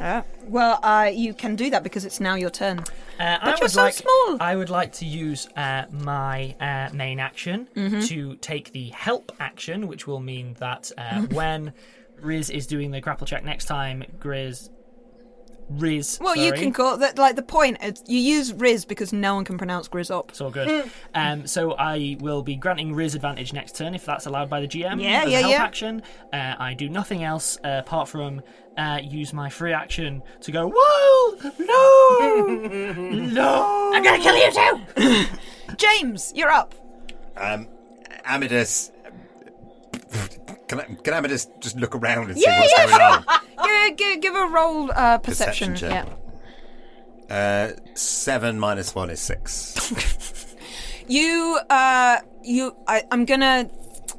Speaker 3: Uh, well, uh, you can do that because it's now your turn.
Speaker 8: Uh,
Speaker 3: but
Speaker 8: I
Speaker 3: you're
Speaker 8: would
Speaker 3: so
Speaker 8: like,
Speaker 3: small.
Speaker 8: I would like to use uh, my uh, main action
Speaker 3: Mm-hmm.
Speaker 8: to take the help action, which will mean that uh, when Riz is doing the grapple check next time, Grizz. Riz.
Speaker 3: Well, you
Speaker 8: sorry.
Speaker 3: can call that like the point. Is you use Riz because no one can pronounce Grizzop.
Speaker 8: It's all
Speaker 3: Hmm.
Speaker 8: good. um, so I will be granting Riz advantage next turn if that's allowed by the GM.
Speaker 3: Yeah,
Speaker 8: as a
Speaker 3: yeah,
Speaker 8: help
Speaker 3: yeah.
Speaker 8: action. Uh, I do nothing else uh, apart from uh, use my free action to go, Whoa! No! no!
Speaker 3: I'm gonna kill you too. James, you're up.
Speaker 5: Um, Amadus. Can, I, can Amadus just look around and see
Speaker 3: Yeah,
Speaker 5: what's
Speaker 3: yeah,
Speaker 5: going on?
Speaker 3: sure. Give, give, give a roll uh, perception.
Speaker 5: Perception check. Uh, seven minus one is six.
Speaker 3: Yeah. You, uh, you. I, I'm gonna.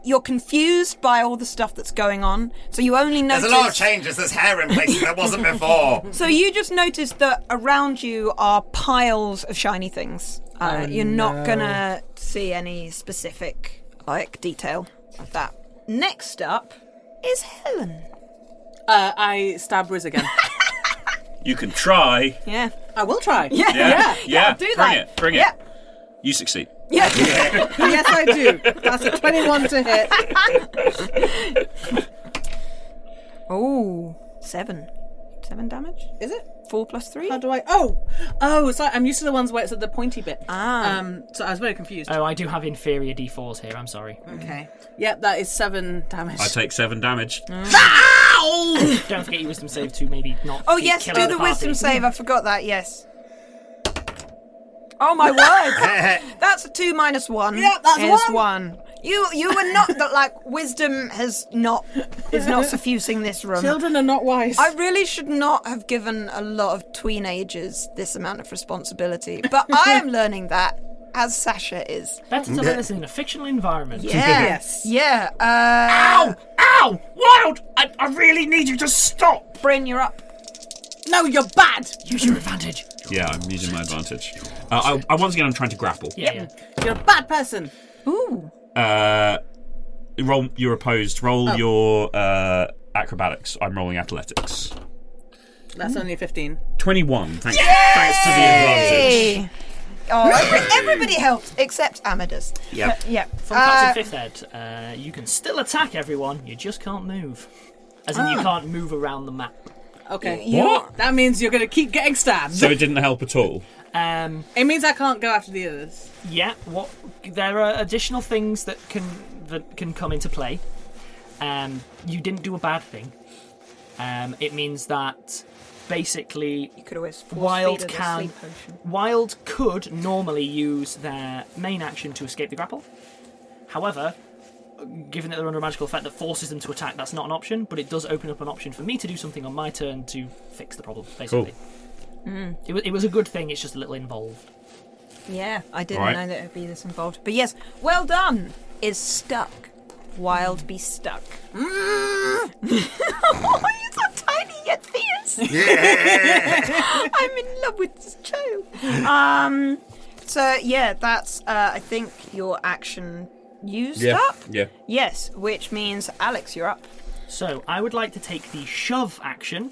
Speaker 3: You're confused by all the stuff that's going on, so you only notice.
Speaker 5: There's a lot of changes. There's hair in places that wasn't before.
Speaker 3: So you just noticed that around you are piles of shiny things. Uh,
Speaker 5: Oh,
Speaker 3: you're
Speaker 5: no.
Speaker 3: not gonna see any specific like detail of that. Next up is Helen.
Speaker 6: Uh, I stab Riz again.
Speaker 7: You can try.
Speaker 3: yeah.
Speaker 6: I will try. Yeah,
Speaker 7: yeah, yeah.
Speaker 6: do
Speaker 7: bring
Speaker 6: that.
Speaker 7: it, bring it.
Speaker 6: Yeah.
Speaker 7: You succeed.
Speaker 6: yes, I do. That's a 21 to hit.
Speaker 3: Oh, seven. Seven damage?
Speaker 6: Is it?
Speaker 3: Four plus three?
Speaker 6: How do I? Oh, oh, sorry. I'm used to the ones where it's at the pointy bit.
Speaker 3: Ah.
Speaker 6: Um, so I was very confused.
Speaker 8: Oh, I do have inferior d4s here. I'm sorry.
Speaker 6: Okay. Yep, that is seven damage.
Speaker 7: I take seven damage.
Speaker 8: Don't forget your wisdom save to maybe not.
Speaker 3: Oh
Speaker 8: keep
Speaker 3: yes,
Speaker 8: killing
Speaker 3: do the
Speaker 8: party.
Speaker 3: wisdom save. I forgot that. Yes. Oh my word! that's a two minus one.
Speaker 6: Yep, that's
Speaker 3: is
Speaker 6: one.
Speaker 3: one. You you were not that like wisdom has not is not suffusing this room.
Speaker 6: Children are not wise.
Speaker 3: I really should not have given a lot of teenagers this amount of responsibility, but I am learning that as Sasha is.
Speaker 8: Better to learn this in a fictional environment.
Speaker 3: Yeah. Yeah. Uh,
Speaker 7: Ow! Wild! I, I really need you to stop!
Speaker 3: Bryn, you're up.
Speaker 6: No, you're bad.
Speaker 8: Use your advantage.
Speaker 7: Yeah, I'm using my advantage. Uh, I, I, once again, I'm trying to grapple.
Speaker 6: Yep. You're a bad person.
Speaker 3: Ooh.
Speaker 7: Uh, roll. You're opposed. Roll
Speaker 6: Oh.
Speaker 7: your uh, acrobatics. I'm rolling athletics.
Speaker 6: That's only 15.
Speaker 7: Twenty-one. Thanks, thanks to the
Speaker 3: Hey.
Speaker 7: advantage.
Speaker 3: Oh, every- everybody helps except Amadus.
Speaker 7: Yep.
Speaker 3: Yeah.
Speaker 8: From Captain Fifth Ed, uh, you can still attack everyone. You just can't move, as in you
Speaker 6: Ah.
Speaker 8: can't move around the map.
Speaker 6: Okay.
Speaker 8: You- What?
Speaker 6: That means you're going to keep getting stabbed.
Speaker 7: So it didn't help at all.
Speaker 8: Um,
Speaker 6: it means I can't go after the others.
Speaker 8: Yeah. What? There are additional things that can that can come into play. Um, you didn't do a bad thing. Um, it means that basically you
Speaker 3: could always force feed
Speaker 8: wild
Speaker 3: her the
Speaker 8: can
Speaker 3: sleep potion.
Speaker 8: wild could normally use their main action to escape the grapple. However, given that they're under a magical effect that forces them to attack, that's not an option. But it does open up an option for me to do something on my turn to fix the problem. Basically,
Speaker 3: Mm.
Speaker 8: it, wa- it was a good thing. It's just a little involved.
Speaker 3: Yeah, I didn't
Speaker 8: Right.
Speaker 3: know that it would be this involved. But yes, well done. Is stuck. Wild be stuck. oh, you're so tiny yet fierce.
Speaker 9: Yeah.
Speaker 3: I'm in love with this child. Um, so yeah, that's uh, I think your action used up.
Speaker 7: Yeah.
Speaker 3: Yes, which means Alex, you're up.
Speaker 8: So I would like to take the shove action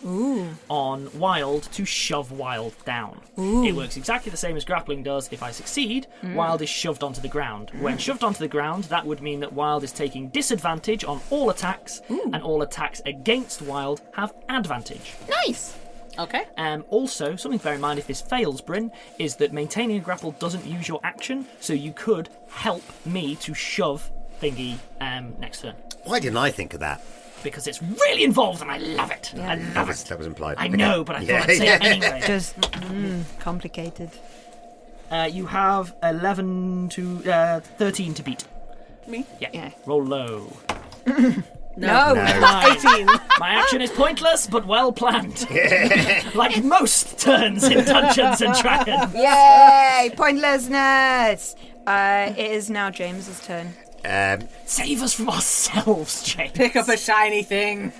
Speaker 8: on Wild to shove Wild down.
Speaker 3: Ooh.
Speaker 8: It works exactly the same as grappling does. If I succeed,
Speaker 6: Mm.
Speaker 8: Wild is shoved onto the ground. When
Speaker 6: Mm.
Speaker 8: shoved onto the ground, that would mean that Wild is taking disadvantage on all attacks, and all attacks against Wild have advantage.
Speaker 3: Nice.
Speaker 6: Okay.
Speaker 8: Um, also, something to bear in mind if this fails, Bryn, is that maintaining a grapple doesn't use your action, so you could help me to shove thingy um, next turn
Speaker 5: Why didn't I think of that?
Speaker 8: because it's really involved and I love it. I
Speaker 5: That
Speaker 8: love
Speaker 5: was,
Speaker 8: it.
Speaker 5: that was implied.
Speaker 8: I
Speaker 5: Okay.
Speaker 8: know, but I thought I'd say it anyway.
Speaker 3: Just mm, complicated.
Speaker 8: Uh, you have 11 to uh, 13 to beat.
Speaker 6: Me?
Speaker 8: Yeah. Roll low.
Speaker 6: No. No.
Speaker 8: My- My action is pointless but well planned. like most turns in Dungeons and Dragons.
Speaker 3: Yay! Pointlessness. Uh, it is now James's turn.
Speaker 5: Um,
Speaker 8: Save us from ourselves, James.
Speaker 6: Pick up a shiny thing.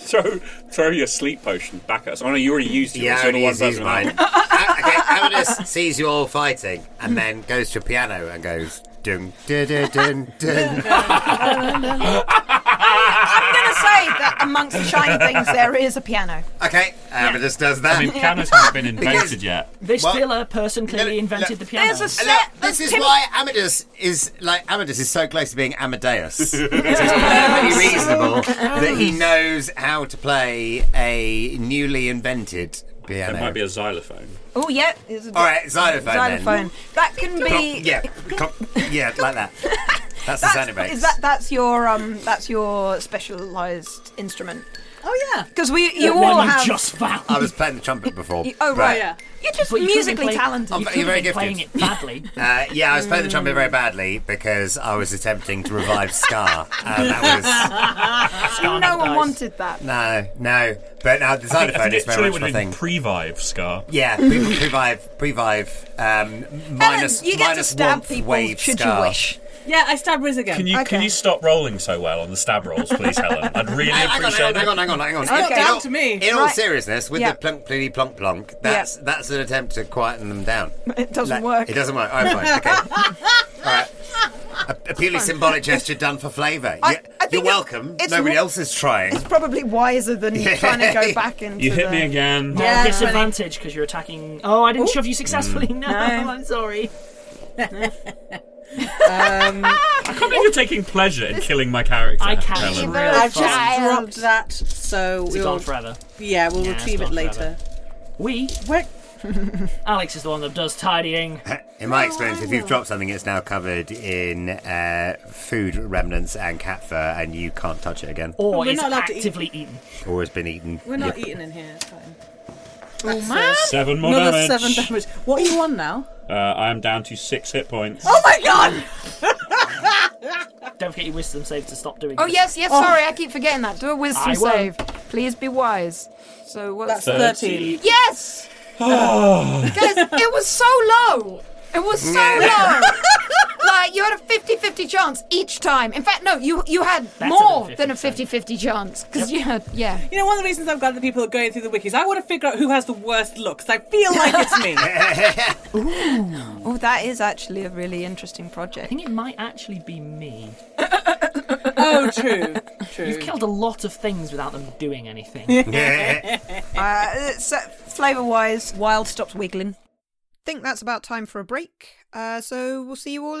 Speaker 7: Throw throw your sleep potion back at us. Oh no, you already used it.
Speaker 5: Yeah,
Speaker 7: so
Speaker 5: I
Speaker 7: the
Speaker 5: already
Speaker 7: one
Speaker 5: used used
Speaker 7: person
Speaker 5: mine.
Speaker 7: out.
Speaker 5: Uh, okay, Amadeus sees you all fighting and then goes to a piano and goes dun dun dun dun. dun.
Speaker 3: I'm going to say that amongst the shiny things, there is a piano.
Speaker 5: Okay, Amadeus does that.
Speaker 7: I mean, pianos haven't been invented yet.
Speaker 8: This
Speaker 5: Well-
Speaker 8: filler person clearly invented the piano.
Speaker 3: There's a set.
Speaker 5: This
Speaker 3: there's
Speaker 5: is
Speaker 3: Tim-
Speaker 5: why Amadeus is like Amadeus is so close to being Amadeus. it's perfectly reasonable that he knows how to play a newly invented piano.
Speaker 7: There might be a xylophone.
Speaker 3: Oh yeah. there's a-
Speaker 5: All right, xylophone then.
Speaker 3: Xylophone. That can
Speaker 5: Clop,
Speaker 3: be.
Speaker 5: yeah, clop, yeah, like that. That's, the sound it makes.
Speaker 3: Is that that's your um that's your specialized instrument? Oh yeah. Because we you
Speaker 5: What
Speaker 3: all
Speaker 5: you
Speaker 3: have.
Speaker 8: found.
Speaker 5: I was playing the trumpet before.
Speaker 3: you- oh
Speaker 5: but-
Speaker 3: right. You're just
Speaker 8: But you could've
Speaker 3: musically
Speaker 8: played-
Speaker 3: talented.
Speaker 5: I'm- Oh, you're very gifted.
Speaker 8: playing it badly.
Speaker 5: Uh, yeah, I was playing the trumpet very badly because I was attempting to revive Scar, and that was
Speaker 3: no one wanted that.
Speaker 5: No, no. But now the
Speaker 7: I think- I
Speaker 5: xylophone
Speaker 7: think
Speaker 5: is
Speaker 7: it
Speaker 5: very
Speaker 7: truly
Speaker 5: much
Speaker 7: would
Speaker 5: my
Speaker 7: have been
Speaker 5: thing.
Speaker 7: Pre-vive scar.
Speaker 5: Yeah, pre- previve, previve. Um, minus
Speaker 6: you get to
Speaker 5: minus
Speaker 6: stab
Speaker 5: warmth
Speaker 6: people
Speaker 5: wave
Speaker 6: should you
Speaker 5: scar.
Speaker 6: wish. Yeah, I stab Riz again.
Speaker 7: Can you can you stop rolling so well on the stab rolls, please, Helen? I'd really
Speaker 5: Hang on,
Speaker 7: appreciate it.
Speaker 5: hang on, hang on, hang on.
Speaker 7: It's
Speaker 5: In
Speaker 7: not
Speaker 5: all-
Speaker 7: down
Speaker 5: in all-
Speaker 7: to me.
Speaker 5: In all
Speaker 7: Right.
Speaker 5: seriously, with
Speaker 7: Yeah.
Speaker 5: the plunk, plunky, plonk, plonk, that's that's an attempt to quieten them down.
Speaker 3: It doesn't
Speaker 5: Like,
Speaker 3: work.
Speaker 5: It doesn't work. Oh, fine. Okay. all right. A, a purely symbolic gesture done for flavour.
Speaker 3: I-
Speaker 5: You-
Speaker 3: I think
Speaker 5: You're
Speaker 3: it-
Speaker 5: welcome.
Speaker 3: it's
Speaker 5: Nobody
Speaker 3: more-
Speaker 5: else is trying.
Speaker 3: It's probably wiser than trying to go back into. the...
Speaker 7: again.
Speaker 8: Yeah,
Speaker 3: Yeah,
Speaker 8: disadvantage because you're attacking. Oh, I didn't
Speaker 3: Ooh.
Speaker 8: shove you successfully.
Speaker 3: Mm.
Speaker 8: No,
Speaker 3: No.
Speaker 8: I'm sorry.
Speaker 7: I can't believe you're taking pleasure in killing my character.
Speaker 8: I can.
Speaker 7: Helen.
Speaker 8: She's very
Speaker 6: I've just
Speaker 8: fun.
Speaker 6: dropped that, so
Speaker 8: Is it
Speaker 6: we'll
Speaker 8: gone forever?
Speaker 6: Yeah, we'll
Speaker 8: Yeah, it's
Speaker 6: retrieve it
Speaker 8: gone
Speaker 6: later.
Speaker 8: We?
Speaker 6: What?
Speaker 8: Alex is the one that does tidying. Oh,
Speaker 5: In my experience, if you've dropped something, it's now covered in uh, food remnants and cat fur, and you can't touch it again.
Speaker 8: Or
Speaker 6: We're
Speaker 8: is
Speaker 6: not allowed to eat.
Speaker 8: actively eaten.
Speaker 5: Or has been eaten.
Speaker 6: We're not
Speaker 5: Yeah.
Speaker 6: eating in here. It's fine.
Speaker 3: Oh
Speaker 7: man. Seven more
Speaker 6: Another
Speaker 7: damage.
Speaker 6: Seven damage. What are you on now?
Speaker 7: Uh, I am down to six hit points.
Speaker 6: Oh my god!
Speaker 8: Don't forget your wisdom save to stop doing
Speaker 3: Oh
Speaker 8: this.
Speaker 3: yes, yes. Sorry, I keep forgetting that. Do a wisdom
Speaker 8: I will.
Speaker 3: save. Please be wise. So what's
Speaker 8: That's 13.
Speaker 3: Yes.
Speaker 7: Oh.
Speaker 3: Guys, it was so low. It was so
Speaker 9: Yeah.
Speaker 3: low. like you had a 50-50 chance each time. In fact, no, you you had
Speaker 6: Better
Speaker 3: more
Speaker 6: than
Speaker 3: than, a 50-50 chance because you had yeah.
Speaker 6: You know, one of the reasons I'm glad that people are going through the wikis, I want to figure out who has the worst looks. I feel like it's me.
Speaker 3: Oh, that is actually a really interesting project. I
Speaker 8: think it might actually be me.
Speaker 6: Oh, true, true.
Speaker 8: You've killed a lot of things without them doing anything.
Speaker 3: uh, so, flavor wise, Wild stops wiggling. Think that's about time for a break. Uh, so we'll see you all.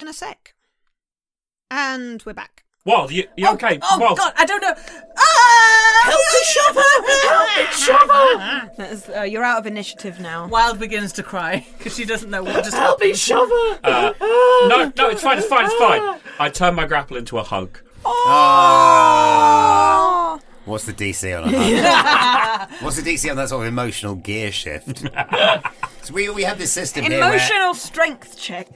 Speaker 3: In a sec. And we're back.
Speaker 7: Wild, you, you okay?
Speaker 3: Oh
Speaker 7: Wild.
Speaker 3: God, I don't know. Ah!
Speaker 6: Help me, shovel! Help
Speaker 3: That is, uh, you're out of initiative now.
Speaker 6: Wild begins to cry because she doesn't know what just
Speaker 3: Help me,
Speaker 6: happened.
Speaker 3: shovel!
Speaker 7: Uh, no, no, it's fine, it's fine, it's fine. I turn my grapple into a hug.
Speaker 5: Ah! What's the DC on that? What's the DC on that sort of emotional gear shift? so we, we have this system here. where-
Speaker 3: Emotional strength check.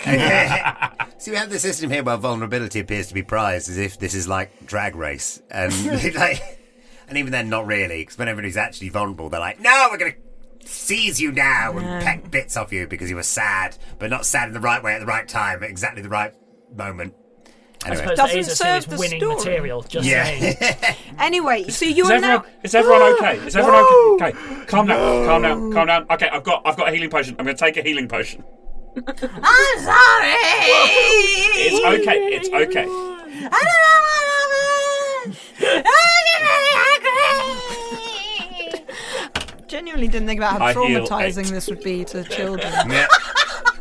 Speaker 5: So we have the system here where vulnerability appears to be prized as if this is like drag race, and like, and even then, not really, because when everybody's actually vulnerable, they're like, "No, we're gonna seize you now and peck bits off you because you were sad, but not sad in the right way at the right time, at exactly the right moment."
Speaker 8: I
Speaker 7: Anyway.
Speaker 8: suppose that
Speaker 3: Doesn't
Speaker 8: is a
Speaker 3: serve
Speaker 8: series
Speaker 3: the
Speaker 8: winning
Speaker 3: story.
Speaker 8: material. Just
Speaker 7: Yeah.
Speaker 8: saying.
Speaker 3: Anyway, so you
Speaker 7: Is
Speaker 3: are
Speaker 7: everyone,
Speaker 3: now.
Speaker 7: is everyone okay? Is everyone okay? Okay, calm down, calm down, calm down. Okay, I've got, I've got a healing potion. I'm going to take a healing potion.
Speaker 3: I'm sorry.
Speaker 7: It's okay. It's okay.
Speaker 3: Genuinely didn't think about how
Speaker 7: I heal
Speaker 3: traumatizing
Speaker 7: eight.
Speaker 3: this would be to children.
Speaker 5: Yeah.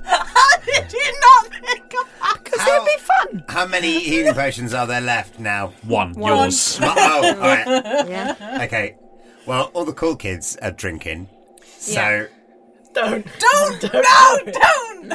Speaker 3: How did you not think of that? Because it'd be fun.
Speaker 5: How many healing potions are there left now?
Speaker 7: One.
Speaker 3: One. Yours.
Speaker 5: Oh, all right.
Speaker 3: Yeah.
Speaker 5: Okay. Well, all the cool kids are drinking, so
Speaker 3: Yeah.
Speaker 8: Don't.
Speaker 3: Don't. No. Don't.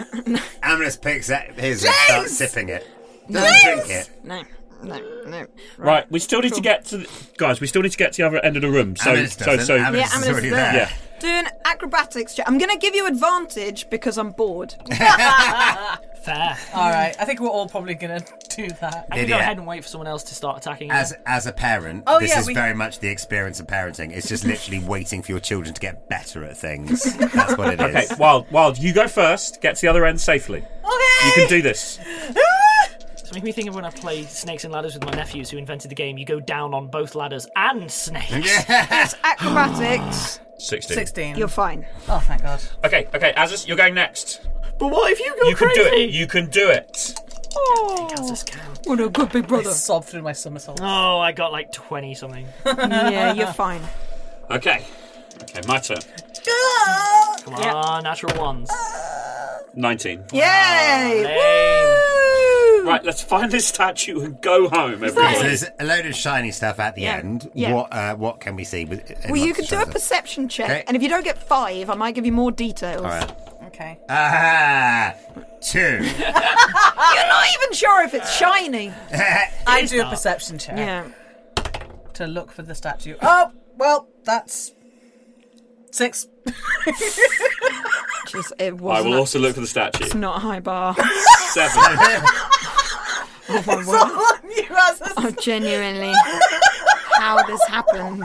Speaker 5: Amnus picks up his and starts sipping it. Doesn't drink it.
Speaker 3: No. No. No.
Speaker 7: Right, we still need to get to the, guys. We still need to get to the other end of the room. So,
Speaker 5: Amidst
Speaker 7: so,
Speaker 5: doesn't.
Speaker 7: so,
Speaker 5: Amidst
Speaker 3: Yeah, Amidst is there.
Speaker 7: Yeah.
Speaker 3: Doing acrobatics. check. I'm going to give you advantage because I'm bored.
Speaker 8: Fair.
Speaker 6: All right. I think we're all probably gonna do that.
Speaker 8: I can go
Speaker 5: Idiot.
Speaker 8: ahead and wait for someone else to start attacking.
Speaker 5: As as a parent,
Speaker 6: Oh,
Speaker 5: this
Speaker 6: yeah,
Speaker 5: is
Speaker 6: we-
Speaker 5: very much the experience of parenting. It's just literally waiting for your children to get better at things. That's what it is.
Speaker 7: Okay, Wild, Wild, you go first. Get to the other end safely. Okay. You can do this.
Speaker 8: It's making me think of when I play Snakes and Ladders with my nephews, who invented the game. You go down on both ladders and snakes.
Speaker 3: It's acrobatics.
Speaker 7: 16.
Speaker 3: You're fine.
Speaker 6: Oh, thank God.
Speaker 7: Okay, okay, Azus, you're going next.
Speaker 8: But what if you go
Speaker 7: you can do it. You can do it.
Speaker 8: Oh, count.
Speaker 3: What a good big brother.
Speaker 6: I sobbed through my somersault.
Speaker 8: Oh, I got like twenty something.
Speaker 3: yeah, you're fine.
Speaker 7: Okay. Okay, my turn.
Speaker 8: Come on, natural ones.
Speaker 7: 19.
Speaker 3: Yay!
Speaker 7: Right, let's find this statue and go home,
Speaker 5: So
Speaker 7: everybody.
Speaker 5: there's a load of shiny stuff at the
Speaker 3: Yeah.
Speaker 5: end.
Speaker 3: Yeah.
Speaker 5: What uh, what can we see? With, in
Speaker 3: Well, you can
Speaker 5: Monster
Speaker 3: do a
Speaker 5: Treasure?
Speaker 3: perception check,
Speaker 5: Okay.
Speaker 3: and if you don't get five, I might give you more details.
Speaker 5: All right.
Speaker 6: Okay.
Speaker 5: Ah, two.
Speaker 3: You're not even sure if it's shiny.
Speaker 6: I do a perception check
Speaker 3: Yeah.
Speaker 6: to look for the statue. Oh, well, that's six.
Speaker 3: Just, it was
Speaker 7: I will also look for the statue.
Speaker 3: It's not a high bar.
Speaker 7: Seven.
Speaker 3: Oh my word. Oh, genuinely. How this happened.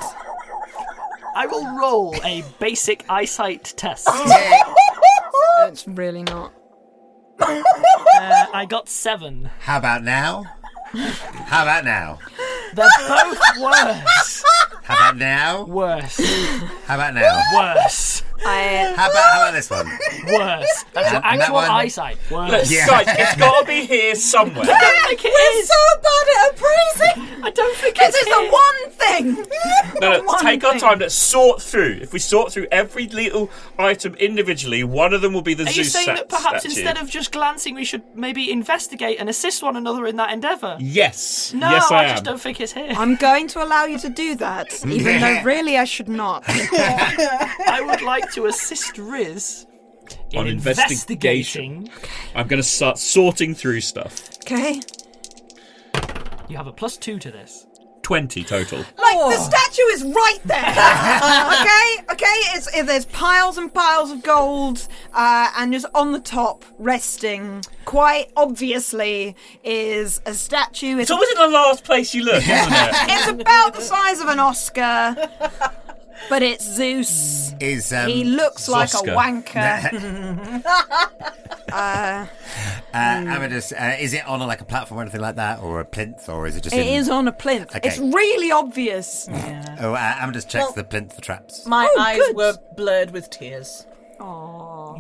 Speaker 8: I will roll a basic eyesight test.
Speaker 3: It's Oh. really not.
Speaker 8: Uh, I got seven.
Speaker 5: How about now? How about now?
Speaker 8: They're both worse.
Speaker 5: How about now?
Speaker 8: Worse.
Speaker 5: How about now?
Speaker 8: Worse.
Speaker 3: I,
Speaker 5: How about how about this one?
Speaker 8: Worse. That's
Speaker 5: That- that
Speaker 8: actual
Speaker 5: one-
Speaker 8: eyesight. Worse.
Speaker 7: Let's
Speaker 5: Yeah.
Speaker 7: sight, It's got to be here somewhere.
Speaker 8: I don't think it is.
Speaker 3: so bad at appraising.
Speaker 8: I don't think
Speaker 3: This
Speaker 8: it's
Speaker 3: is the
Speaker 8: here.
Speaker 3: one thing.
Speaker 7: No, no,
Speaker 3: One
Speaker 7: take our
Speaker 3: thing.
Speaker 7: time. Let's sort through. If we sort through every little item individually, one of them will be the
Speaker 8: Are
Speaker 7: zoo
Speaker 8: you saying
Speaker 7: set
Speaker 8: that perhaps
Speaker 7: statue.
Speaker 8: instead of just glancing, we should maybe investigate and assist one another in that endeavour?
Speaker 7: Yes.
Speaker 8: No,
Speaker 7: yes, I,
Speaker 8: I,
Speaker 7: am.
Speaker 8: just don't think it's here.
Speaker 3: I'm going to allow you to do that, even though really I should not.
Speaker 8: I would like to assist Riz in
Speaker 7: On investigation.
Speaker 8: investigating.
Speaker 7: I'm going to start sorting through stuff.
Speaker 3: Okay?
Speaker 8: You have a plus two to this.
Speaker 7: 20 total.
Speaker 3: Like, the
Speaker 7: Oh.
Speaker 3: statue is right there. Uh, okay? Okay? It's, it, there's piles and piles of gold, uh, and just on the top, resting, quite obviously, is a statue. It's,
Speaker 7: It's always in the last place you look, isn't it?
Speaker 3: it's about the size of an Oscar, but it's Zeus.
Speaker 5: Is um,
Speaker 3: he looks like a
Speaker 7: Zoska.
Speaker 3: wanker.
Speaker 5: uh, Amadus? Uh, is it on like a platform or anything like that, or a plinth, or is it just?
Speaker 3: it
Speaker 5: in...
Speaker 3: is on a plinth.
Speaker 5: Okay.
Speaker 3: It's really obvious.
Speaker 5: Oh, uh, Amadus checks
Speaker 6: Well-
Speaker 5: the plinth for traps.
Speaker 6: My
Speaker 3: Oh,
Speaker 6: eyes
Speaker 3: good.
Speaker 6: were blurred with tears.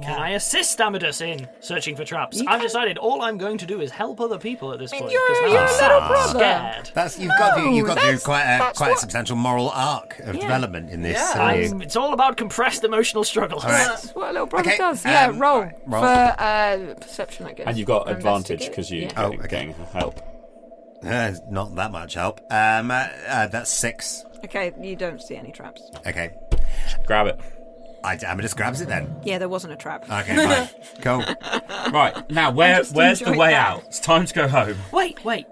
Speaker 8: Can I assist Amadus in searching for traps? I've decided all I'm going to do is help other people at this point.
Speaker 3: you're-
Speaker 8: 'cause now
Speaker 3: you're
Speaker 8: I'm
Speaker 3: a
Speaker 8: sad
Speaker 3: little
Speaker 8: and
Speaker 3: brother.
Speaker 8: Scared.
Speaker 5: That's you've got
Speaker 3: No,
Speaker 5: through, you've got through
Speaker 3: that's-
Speaker 5: quite a
Speaker 3: that's
Speaker 5: quite a
Speaker 3: what-
Speaker 5: substantial moral arc of development in this.
Speaker 3: Yeah.
Speaker 5: haven't you?
Speaker 8: I'm- it's all about compressed emotional struggles.
Speaker 5: All right.
Speaker 3: That's what a little brother
Speaker 5: Okay,
Speaker 3: does. Yeah,
Speaker 5: um,
Speaker 3: roll,
Speaker 5: roll.
Speaker 3: for uh, perception, I guess. Or investigate. Yeah.
Speaker 5: Oh, okay. getting
Speaker 7: help.
Speaker 5: Uh, not that much help. Um, uh, uh, that's
Speaker 3: Oh.
Speaker 5: six.
Speaker 3: Okay, you don't see any traps.
Speaker 5: Okay.
Speaker 7: Grab it.
Speaker 5: I, Amadus grabs it then.
Speaker 3: Yeah, there wasn't a trap.
Speaker 5: Okay, fine. cool.
Speaker 7: Right, now where,
Speaker 3: just
Speaker 7: where's the
Speaker 3: enjoyed
Speaker 7: way
Speaker 3: that.
Speaker 7: out? It's time to go home.
Speaker 8: Wait, wait.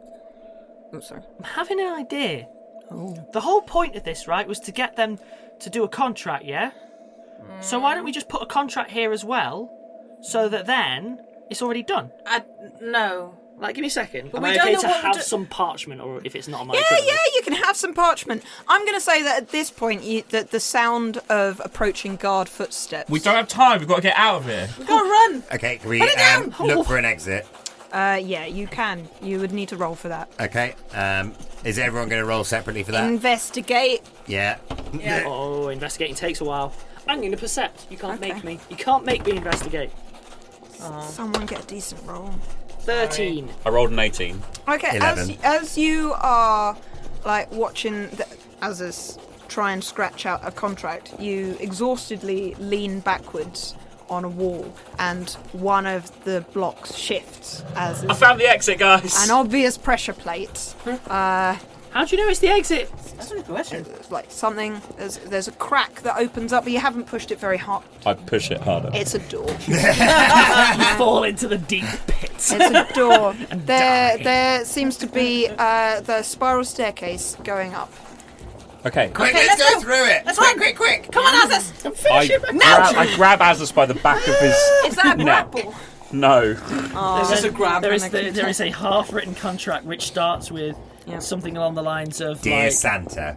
Speaker 3: I'm Oh, sorry. Oh.
Speaker 8: I'm having an idea. The whole point of this, right, was to get them to do a contract, yeah? So why don't we just put a contract here as well so that then it's already done?
Speaker 6: I no.
Speaker 8: Like, give me a second.
Speaker 6: But
Speaker 8: Am
Speaker 6: we
Speaker 8: I
Speaker 6: don't
Speaker 8: okay
Speaker 6: know
Speaker 8: to
Speaker 6: what we're
Speaker 8: have
Speaker 6: do-
Speaker 8: some parchment or if it's not on my
Speaker 3: Yeah,
Speaker 8: equipment?
Speaker 3: yeah, you can have some parchment. I'm going to say that at this point, you, that the sound of approaching guard footsteps.
Speaker 7: We don't have time. We've got to get out of here.
Speaker 3: Go run.
Speaker 5: Okay, can we
Speaker 3: Put it
Speaker 5: um,
Speaker 3: down! Oh.
Speaker 5: look for an exit?
Speaker 3: Uh, yeah, you can. You would need to roll for that.
Speaker 5: Okay. Um, is everyone going to roll separately for that?
Speaker 3: Investigate.
Speaker 5: yeah.
Speaker 8: Oh, investigating takes a while. I'm going to percept. You can't make me. You can't make me investigate.
Speaker 3: Someone get a decent roll.
Speaker 8: 13.
Speaker 7: I rolled an 18.
Speaker 3: Okay, as, as you are like watching the, as us try and scratch out a contract, you exhaustedly lean backwards on a wall, and one of the blocks shifts as
Speaker 7: I found the exit, guys.
Speaker 3: an obvious pressure plate. Uh,
Speaker 8: How do you know it's the exit?
Speaker 3: That's a question. Like something, there's, there's a crack that opens up, but you haven't pushed it very hard.
Speaker 7: I push it harder.
Speaker 3: It's a door.
Speaker 8: Uh, you fall into the deep pit.
Speaker 3: It's a door. there, there seems to be uh, the spiral staircase going up.
Speaker 7: Okay.
Speaker 5: Quick, let's, go, through it. Let's quick, quick, quick.
Speaker 3: Come on, Azus.
Speaker 7: I grab, I grab Azus by the back of his
Speaker 3: Is that a
Speaker 7: neck.
Speaker 3: grapple? Oh.
Speaker 7: No.
Speaker 3: There's just a grab
Speaker 8: There
Speaker 3: and
Speaker 8: is,
Speaker 3: a
Speaker 8: the,
Speaker 3: kick.
Speaker 8: there is a half-written contract which starts with something along the lines of
Speaker 5: Dear
Speaker 8: like,
Speaker 5: Santa.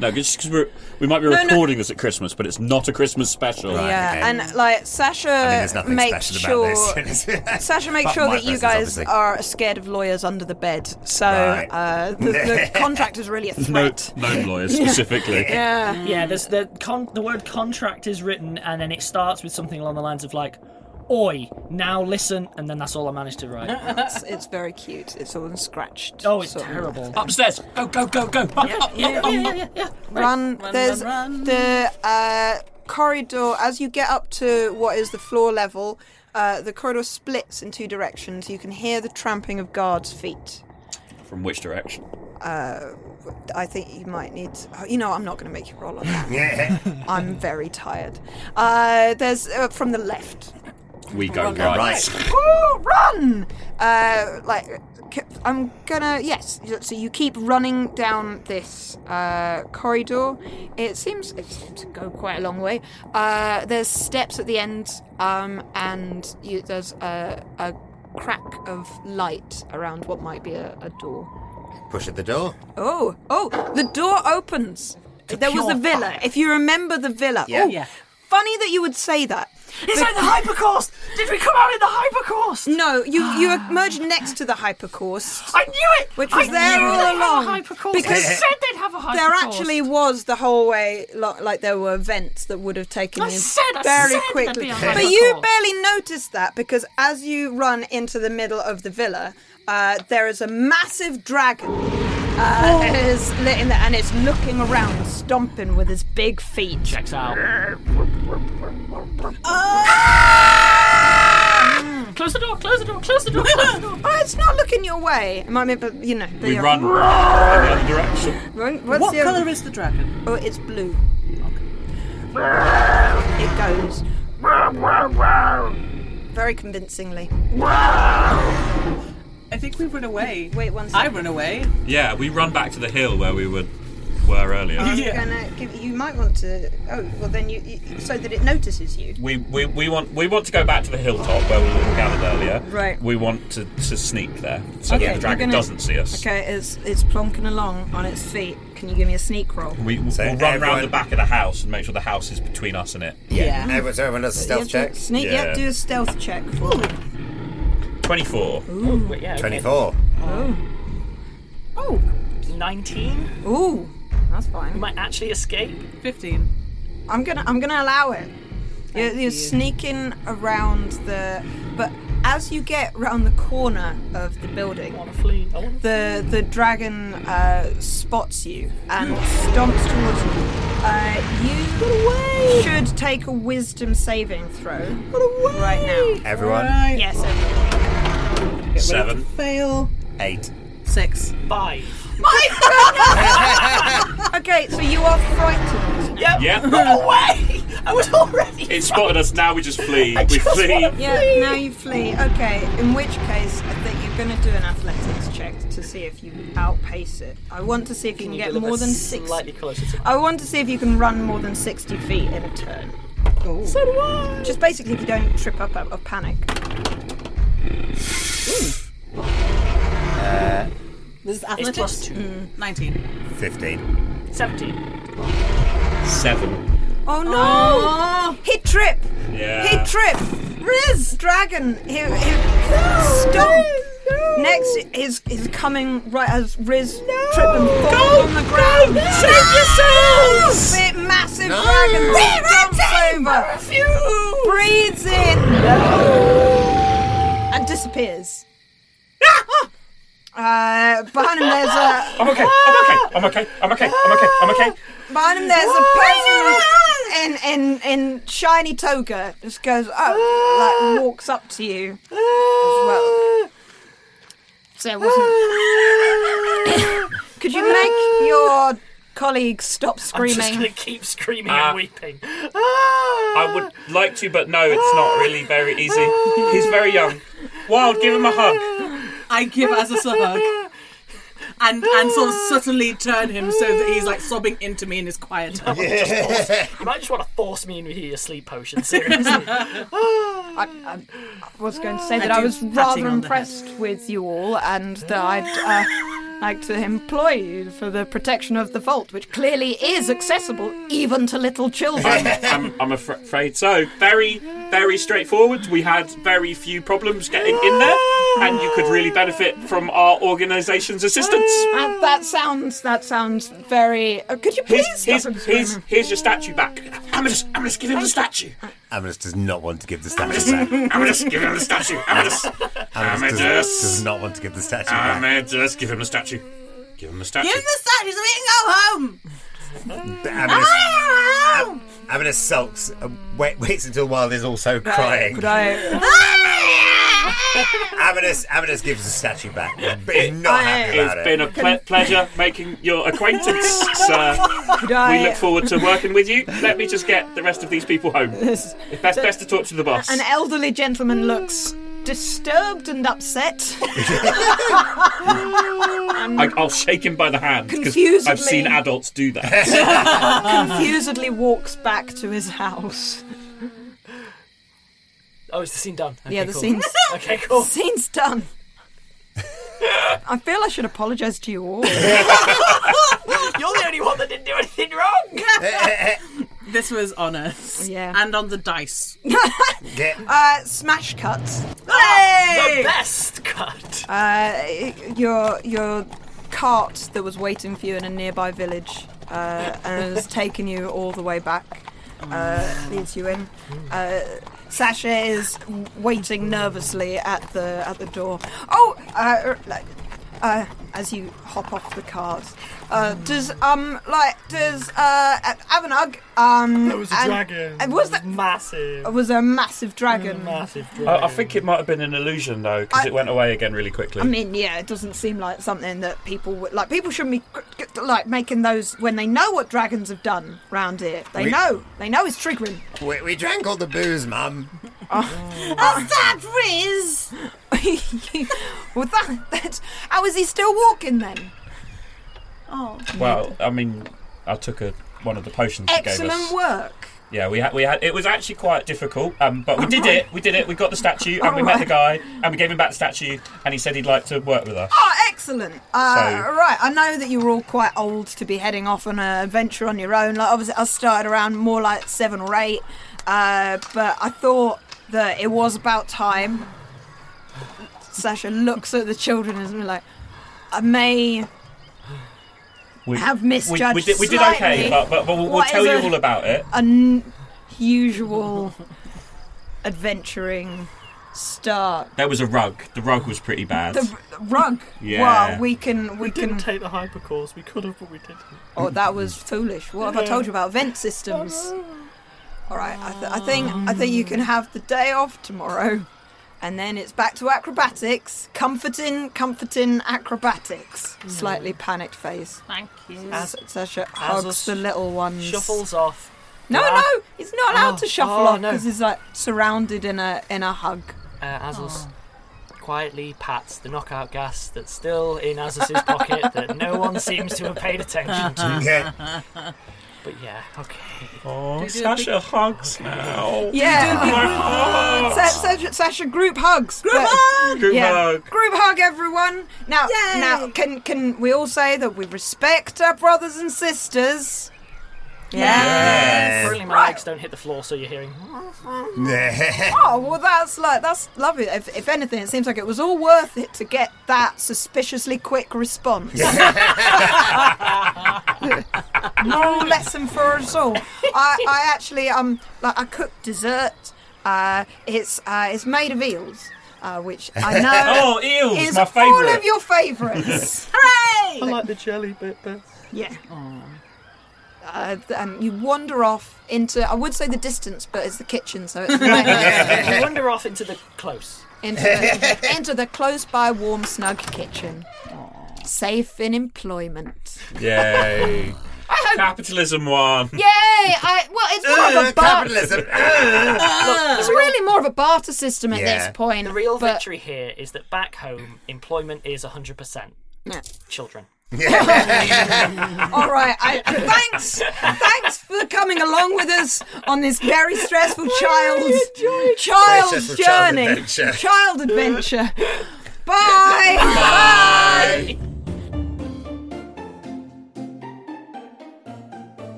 Speaker 7: No, just because we might be
Speaker 3: No, no.
Speaker 7: recording this at Christmas, but it's not a Christmas special.
Speaker 3: yeah, and like
Speaker 7: I mean,
Speaker 3: Sasha
Speaker 7: there's nothing
Speaker 3: makes
Speaker 7: special
Speaker 3: sure
Speaker 7: about
Speaker 3: Sasha makes
Speaker 7: But
Speaker 3: sure
Speaker 7: my
Speaker 3: that you
Speaker 7: presence,
Speaker 3: guys
Speaker 7: obviously.
Speaker 3: are scared of lawyers under the bed. So
Speaker 7: Right.
Speaker 3: uh, the, the contract is really a
Speaker 7: no,
Speaker 3: threat.
Speaker 7: no lawyers
Speaker 8: Yeah.
Speaker 7: specifically.
Speaker 3: Yeah.
Speaker 8: Yeah, there's the con- the word contract is written and then it starts with something along the lines of like Oi, now listen, and then that's all I managed to write.
Speaker 3: it's, it's very cute. It's all scratched.
Speaker 8: Oh, it's
Speaker 3: sort of. Um,
Speaker 8: terrible.
Speaker 7: Upstairs. Go, go, go, go.
Speaker 8: yeah, yeah, yeah, yeah, yeah.
Speaker 3: Run,
Speaker 8: Right.
Speaker 3: There's the uh, corridor. As you get up to what is the floor level, uh, the corridor splits in two directions. You can hear the tramping of guards' feet.
Speaker 7: From which direction?
Speaker 3: Uh, I think you might need. oh, you know, I'm not going to make you roll on that.
Speaker 5: Yeah.
Speaker 3: I'm very tired. Uh, there's uh, from the left.
Speaker 7: We go
Speaker 5: Run, run,
Speaker 7: right.
Speaker 3: Woo, run! Uh, like, c- I'm gonna. Yes. So you keep running down this uh, corridor. It seems it seems to go quite a long way. Uh, there's steps at the end, um, and you, there's a, a crack of light around what might be a, a door.
Speaker 5: Push at the door.
Speaker 3: Oh, oh, the door opens. there was
Speaker 5: pure
Speaker 3: the villa. If you remember the villa.
Speaker 5: Yeah.
Speaker 3: Oh,
Speaker 5: Yeah.
Speaker 3: Funny that you would say that.
Speaker 8: It's like the hypercourse! Did we come out in the hypercourse?
Speaker 3: No, you you emerged next to the hypercourse.
Speaker 8: I knew it!
Speaker 3: Which
Speaker 8: I
Speaker 3: was there
Speaker 8: knew
Speaker 3: all
Speaker 8: they'd have a
Speaker 3: along.
Speaker 8: hypercourse.
Speaker 3: Because
Speaker 8: They said they'd have a
Speaker 3: There
Speaker 8: hypercourse.
Speaker 3: actually was the whole way, lo- like there were vents that would have taken
Speaker 8: I
Speaker 3: you
Speaker 8: said- I
Speaker 3: very
Speaker 8: said there'd
Speaker 3: quickly.
Speaker 8: be a
Speaker 3: But you
Speaker 8: hypercourse.
Speaker 3: barely noticed that because as you run into the middle of the villa, uh, there is a massive dragon.
Speaker 8: Oh.
Speaker 3: Uh, that is lit in there and it's looking around, stomping with his big feet.
Speaker 8: Checks out.
Speaker 3: Uh,
Speaker 8: Close the door, close the door, close the door, close the door.
Speaker 3: Oh, it's not looking your way. It might be, but you know.
Speaker 7: We
Speaker 3: they are-
Speaker 7: run in the other direction.
Speaker 3: Right, what's
Speaker 6: What
Speaker 3: the other-
Speaker 6: colour is the dragon?
Speaker 3: Oh, it's blue. It goes. Very convincingly.
Speaker 6: I think we run away.
Speaker 3: Wait one
Speaker 6: I
Speaker 3: second.
Speaker 6: run away.
Speaker 7: Yeah, we run back to the hill where we were, were earlier.
Speaker 3: I'm gonna give you might want to. Oh, well then you, you so that it notices you.
Speaker 7: We, we, we want we want to go back to the hilltop where we were gathered earlier.
Speaker 3: Right.
Speaker 7: We want to, to sneak there so
Speaker 3: Okay,
Speaker 7: that the
Speaker 3: we're
Speaker 7: dragon
Speaker 3: gonna-
Speaker 7: doesn't see us.
Speaker 3: Okay, it's it's plonking along on its feet. Can you give me a sneak roll?
Speaker 7: We, we'll
Speaker 5: So
Speaker 7: run round
Speaker 5: everyone-
Speaker 7: the back of the house and make sure the house is between us and it.
Speaker 3: Yeah.
Speaker 5: Everyone, so everyone does a stealth
Speaker 3: Yeah,
Speaker 5: check.
Speaker 3: do- Sneak. Yeah. do a stealth check. For me.
Speaker 7: 24.
Speaker 3: Ooh.
Speaker 8: Wait, yeah, okay.
Speaker 5: 24.
Speaker 3: Oh. Oh.
Speaker 8: 19?
Speaker 3: Ooh. That's fine.
Speaker 8: We might actually escape.
Speaker 6: 15.
Speaker 3: I'm gonna I'm gonna allow it. You're, you're sneaking around the, but as you get round the corner of the building,
Speaker 8: Flee. I want
Speaker 3: the the dragon uh, spots you and stomps towards you. Uh, you should take a wisdom saving throw right now.
Speaker 5: Everyone.
Speaker 3: Yes, everyone.
Speaker 7: Seven.
Speaker 6: Fail.
Speaker 5: Eight.
Speaker 6: Six.
Speaker 8: Five.
Speaker 3: My goodness! okay, so you are frightened.
Speaker 8: Yep.
Speaker 7: Yeah.
Speaker 8: away! I was already.
Speaker 7: It spotted us, now we just flee. We flee.
Speaker 3: Yeah, now you flee. Okay, in which case I think you're going to do an athletics check to see if you outpace it. I want to see if you can,
Speaker 8: you
Speaker 3: get
Speaker 8: deliver
Speaker 3: more than six.
Speaker 8: Slightly closer to
Speaker 3: I want to see if you can run more than 60 feet in a turn.
Speaker 8: So do I.
Speaker 3: Just basically if you don't trip up out of panic.
Speaker 5: Uh,
Speaker 6: This is athletics.
Speaker 8: plus two.
Speaker 6: 19.
Speaker 5: 15.
Speaker 8: 17.
Speaker 7: Seven.
Speaker 3: Oh no! Hit trip!
Speaker 7: Yeah.
Speaker 3: Hit trip! Riz dragon who, who stomp. Next is is coming right as Riz trip and fall on the ground.
Speaker 4: Save yourselves!
Speaker 3: Big massive
Speaker 4: No!
Speaker 3: dragon
Speaker 4: We're a
Speaker 3: jumps
Speaker 4: team!
Speaker 3: over,
Speaker 4: I
Speaker 3: breathes in, and disappears.
Speaker 4: Ah!
Speaker 3: uh, behind him there's a
Speaker 7: I'm okay. I'm okay. I'm okay. I'm okay. I'm okay. I'm okay.
Speaker 3: behind him there's a person in in in shiny toga just goes up,
Speaker 4: Ah!
Speaker 3: like walks up to you as well. So it wasn't.
Speaker 4: Ah!
Speaker 3: Could you make your colleague stop screaming?
Speaker 8: I'm just gonna keep screaming
Speaker 7: Ah.
Speaker 8: and weeping.
Speaker 7: I would like to, but no, it's not really very easy. He's very young. Wild, give him a hug.
Speaker 6: I give Azus a hug. And, and sort of subtly turn him so that he's like sobbing into me in his quiet time.
Speaker 8: Oh, Just force- you might just want to force me in with your sleep potion, seriously.
Speaker 3: I, I was going to say
Speaker 8: I
Speaker 3: that I
Speaker 8: do
Speaker 3: was
Speaker 8: patting
Speaker 3: rather
Speaker 8: on the head.
Speaker 3: impressed with you all and that I'd uh, like to employ you for the protection of the vault, which clearly is accessible even to little children.
Speaker 7: I'm, I'm afra- afraid so. Very, very straightforward. We had very few problems getting in there, and you could really benefit from our organisation's assistance.
Speaker 3: Uh, that sounds that sounds very. Uh, could you please
Speaker 7: Here's,
Speaker 3: stop
Speaker 7: here's,
Speaker 3: him
Speaker 7: here's,
Speaker 3: screaming?
Speaker 7: here's your statue back. Amadeus, Amadeus, give him the statue.
Speaker 5: Amadeus does not want to give the
Speaker 7: Amadeus,
Speaker 5: statue back.
Speaker 7: Amadeus, give him the statue. Amadeus,
Speaker 5: Amadeus does,
Speaker 7: Amadeus,
Speaker 5: does not want to give the statue back.
Speaker 7: Amadeus, give him the statue. Give him the statue.
Speaker 6: Give him the statue so we can go home. Ah!
Speaker 5: Amadeus,
Speaker 1: Ah!
Speaker 5: Amadeus sulks and wait, waits until Wild is also crying.
Speaker 3: Could I?
Speaker 6: Ah!
Speaker 5: Amadeus, Amadeus gives the statue back, but he's not happy about
Speaker 7: It's
Speaker 5: it.
Speaker 7: been a ple- pleasure making your acquaintance, sir.
Speaker 3: Could I-
Speaker 7: We look forward to working with you. Let me just get the rest of these people home. It's best, best to talk to the boss.
Speaker 3: An elderly gentleman looks disturbed and upset. And
Speaker 7: I, I'll shake him by the hand because
Speaker 3: Confusedly.
Speaker 7: I've seen adults do that.
Speaker 3: confusedly walks back to his house.
Speaker 8: Oh, is the scene done? Okay,
Speaker 3: yeah, the
Speaker 8: cool.
Speaker 3: scene's
Speaker 8: okay, cool.
Speaker 3: Scene's done. I feel I should apologise to you all.
Speaker 8: You're the only one that didn't do anything wrong.
Speaker 6: This was on us.
Speaker 3: Yeah.
Speaker 6: And on the dice.
Speaker 3: Uh, smash cut.
Speaker 6: Hey!
Speaker 8: Ah, The best cut.
Speaker 3: Uh, your your cart that was waiting for you in a nearby village uh, and has taken you all the way back. Uh, leads you in. Uh, Sasha is waiting nervously at the at the door. Oh, uh, like, uh, as you hop off the cart, uh, does um like does uh Avanug um
Speaker 4: There was a
Speaker 3: and-
Speaker 4: dragon.
Speaker 3: and was that
Speaker 4: massive?
Speaker 3: was there a massive dragon?
Speaker 4: Massive
Speaker 7: I, I think it might have been an illusion though because
Speaker 3: I-
Speaker 7: it went away again really quickly.
Speaker 3: I mean, yeah, it doesn't seem like something that people would like. People shouldn't be g- g- like making those when they know what dragons have done round here. They
Speaker 5: We-
Speaker 3: know. They know it's triggering.
Speaker 5: We, we drank all the booze, Mum.
Speaker 1: Oh.
Speaker 3: That's that Riz. well, that, that's how is he still walking then? Oh,
Speaker 7: well, I mean, I took a, one of the potions you gave us.
Speaker 3: excellent work.
Speaker 7: Yeah, we had we had it was actually quite difficult, um, but
Speaker 3: Oh,
Speaker 7: we did it. We did it. We got the statue, and we
Speaker 3: All
Speaker 7: met
Speaker 3: right.
Speaker 7: the guy, and we gave him back the statue, and he said he'd like to work with us.
Speaker 3: Oh, excellent. Uh,
Speaker 7: So-
Speaker 3: Right, I know that you were all quite old to be heading off on an adventure on your own. Like, obviously, I started around more like seven or eight, uh, but I thought that it was about time. Sasha looks at the children and is like, I may
Speaker 7: We
Speaker 3: have
Speaker 7: we,
Speaker 3: misjudged
Speaker 7: we did, we did
Speaker 3: slightly
Speaker 7: okay, but, but, but we'll, we'll
Speaker 3: what
Speaker 7: tell
Speaker 3: is
Speaker 7: you
Speaker 3: a-
Speaker 7: all about it.
Speaker 3: unusual adventuring start.
Speaker 7: There was a rug. The rug was pretty bad.
Speaker 3: The r- rug.
Speaker 7: Yeah.
Speaker 3: Well, we can. We,
Speaker 4: We
Speaker 3: can
Speaker 4: didn't take the hypercourse. We could have, but we didn't.
Speaker 3: Oh, that was foolish. What have I told you about vent systems? All right, I, th- I think I think you can have the day off tomorrow, and then it's back to acrobatics. Comforting, comforting acrobatics.
Speaker 4: Hmm.
Speaker 3: Slightly panicked face.
Speaker 9: Thank you.
Speaker 3: As Sasha
Speaker 8: As
Speaker 3: hugs
Speaker 8: us
Speaker 3: the little ones.
Speaker 8: Shuffles off.
Speaker 3: No,
Speaker 8: Wow.
Speaker 3: no, he's not allowed
Speaker 8: Oh,
Speaker 3: to shuffle
Speaker 8: oh,
Speaker 3: off
Speaker 8: no.
Speaker 3: because he's like surrounded in a in a hug.
Speaker 8: Uh, Azus
Speaker 3: Oh.
Speaker 8: quietly pats the knockout gas that's still in Azus's pocket that no one seems to have paid attention to. But yeah, okay.
Speaker 7: Oh, Sasha hugs now.
Speaker 3: Yeah.
Speaker 7: Oh, my heart.
Speaker 3: Sa- Sasha, Sasha, group hugs.
Speaker 7: Group
Speaker 3: But-
Speaker 7: hug! Group hug.
Speaker 3: Group hug, everyone. Now, now, can can we all say that we respect our brothers and sisters? Yes.
Speaker 1: Currently, my legs don't hit the floor, so you're hearing.
Speaker 3: oh well, that's like that's lovely. If, if anything, it seems like it was all worth it to get that suspiciously quick response. Moral lesson for us all. I, I actually um like I cook dessert. Uh, it's uh, it's made of eels, uh, which I know.
Speaker 7: Oh, eels,
Speaker 3: Is
Speaker 7: my
Speaker 3: All
Speaker 7: favourite.
Speaker 3: of your favourites. Hooray! I like the jelly bit best. Yeah. Uh, th- um, you wander off into I would say the distance, but it's the kitchen, so it's
Speaker 1: you wander off into the close.
Speaker 3: into the, into the close by warm snug kitchen. Safe in employment.
Speaker 7: Yay. Capitalism won.
Speaker 3: Yay! I, well, it's more of a
Speaker 7: Ugh,
Speaker 3: bar-
Speaker 7: capitalism. Ugh.
Speaker 3: it's really more of a barter system at
Speaker 7: Yeah.
Speaker 3: this point.
Speaker 1: The real
Speaker 3: but-
Speaker 1: victory here is that back home, employment is 100%. Children.
Speaker 3: All right. I, thanks. Thanks for coming along with us on this very stressful child child
Speaker 1: Very stressful child
Speaker 3: journey.
Speaker 1: adventure.
Speaker 3: Child adventure. Bye.
Speaker 1: Bye.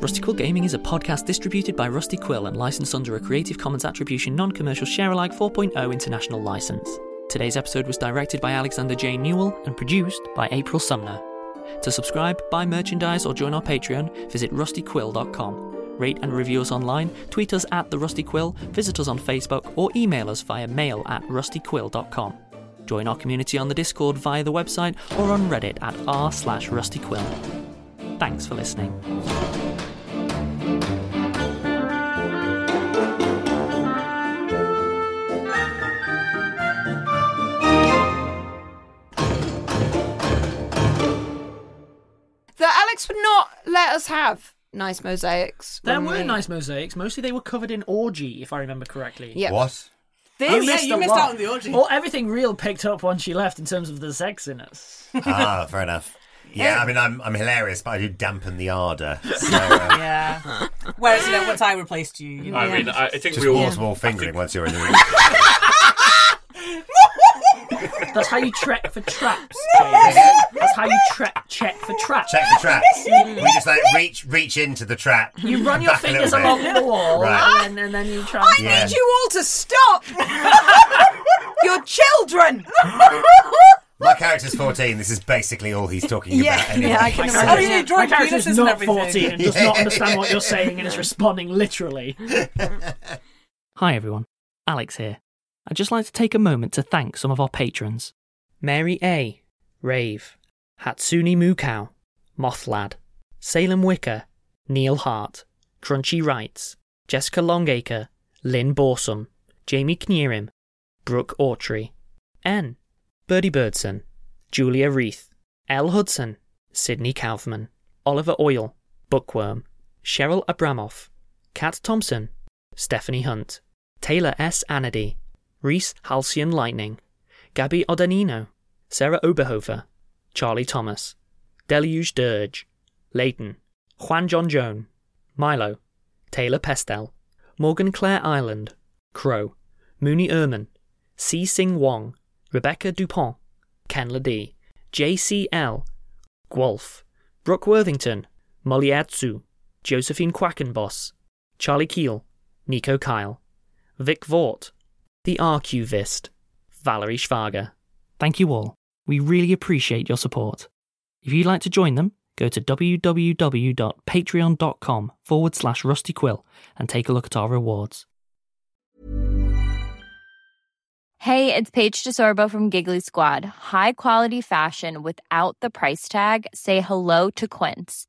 Speaker 8: Rusty Quill Gaming is a podcast distributed by Rusty Quill and licensed under a Creative Commons Attribution Non Commercial Sharealike 4.0 international license. Today's episode was directed by Alexander J. Newell and produced by April Sumner. To subscribe, buy merchandise, or join our Patreon, visit rustyquill.com. Rate and review us online, tweet us at The Rusty Quill, visit us on Facebook, or email us via mail at rustyquill.com. Join our community on the Discord via the website or on Reddit at r slash rustyquill. Thanks for listening.
Speaker 3: That Alex would not let us have nice mosaics.
Speaker 1: There
Speaker 3: when
Speaker 1: were
Speaker 3: we-
Speaker 1: nice mosaics. Mostly they were covered in orgy, if I remember correctly.
Speaker 3: Yeah. What?
Speaker 1: This,
Speaker 3: Oh, yeah, you missed out on the orgy.
Speaker 1: Well, everything real picked up once she left in terms of the sex in us.
Speaker 5: ah, fair enough. Yeah, I mean, I'm, I'm hilarious, but I do dampen the ardour. So, uh,
Speaker 6: yeah. Whereas you know, once I replaced you, you know,
Speaker 5: I
Speaker 7: mean, I- I think
Speaker 5: just
Speaker 7: we all-
Speaker 5: waterfall fingering once you're in the room.
Speaker 1: That's how you trek for traps. James. That's how you trek check for traps.
Speaker 5: Check the traps. we just like reach reach into the trap.
Speaker 1: You run your
Speaker 5: back a little
Speaker 1: fingers
Speaker 5: bit.
Speaker 1: along the wall,
Speaker 5: Right.
Speaker 1: and, then, and then you try.
Speaker 3: I
Speaker 5: Yeah.
Speaker 3: need you all to stop. Your children.
Speaker 5: My character's 14. This is basically all he's talking
Speaker 3: Yeah,
Speaker 5: about. Anyway.
Speaker 3: yeah, I can
Speaker 1: My
Speaker 3: imagine.
Speaker 1: character- my character is not 14 and does not understand what you're saying and is responding literally.
Speaker 8: Hi everyone, Alex here. I'd just like to take a moment to thank some of our patrons Mary A., Rave, Hatsune Mukau, Mothlad, Salem Wicker, Neil Hart, Crunchy Wrights, Jessica Longacre, Lynn Borsum, Jamie Kneerim, Brooke Autry, N, Birdie Birdson, Julia Reith, L. Hudson, Sydney Kaufman, Oliver Oil, Bookworm, Cheryl Abramoff, Kat Thompson, Stephanie Hunt, Taylor S. Annady, Reese Halcyon Lightning, Gabby Odanino, Sarah Oberhofer, Charlie Thomas, Deluge Dirge, Leighton, Juan John Joan, Milo, Taylor Pestel, Morgan Clare Island, Crow, Mooney Ehrman, C. Sing Wong, Rebecca Dupont, Ken Ladee, JCL, Guelph, Brooke Worthington, Moliatsu, Josephine Quackenboss, Charlie Keel, Nico Kyle, Vic Vort, The RQvist, Valerie Schwager. Thank you all. We really appreciate your support. If you'd like to join them, go to www.patreon.com forward slash rustyquill and take a look at our rewards.
Speaker 10: Hey, it's Paige DeSorbo from Giggly Squad. High quality fashion without the price tag. Say hello to Quince.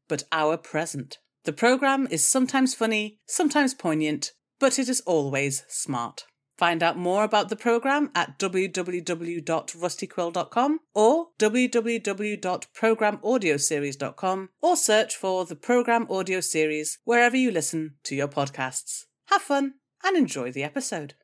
Speaker 6: but our present. The programme is sometimes funny, sometimes poignant, but it is always smart. Find out more about the programme at www.rustyquill.com or www.programaudioseries.com or search for the Programme Audio Series wherever you listen to your podcasts. Have fun and enjoy the episode.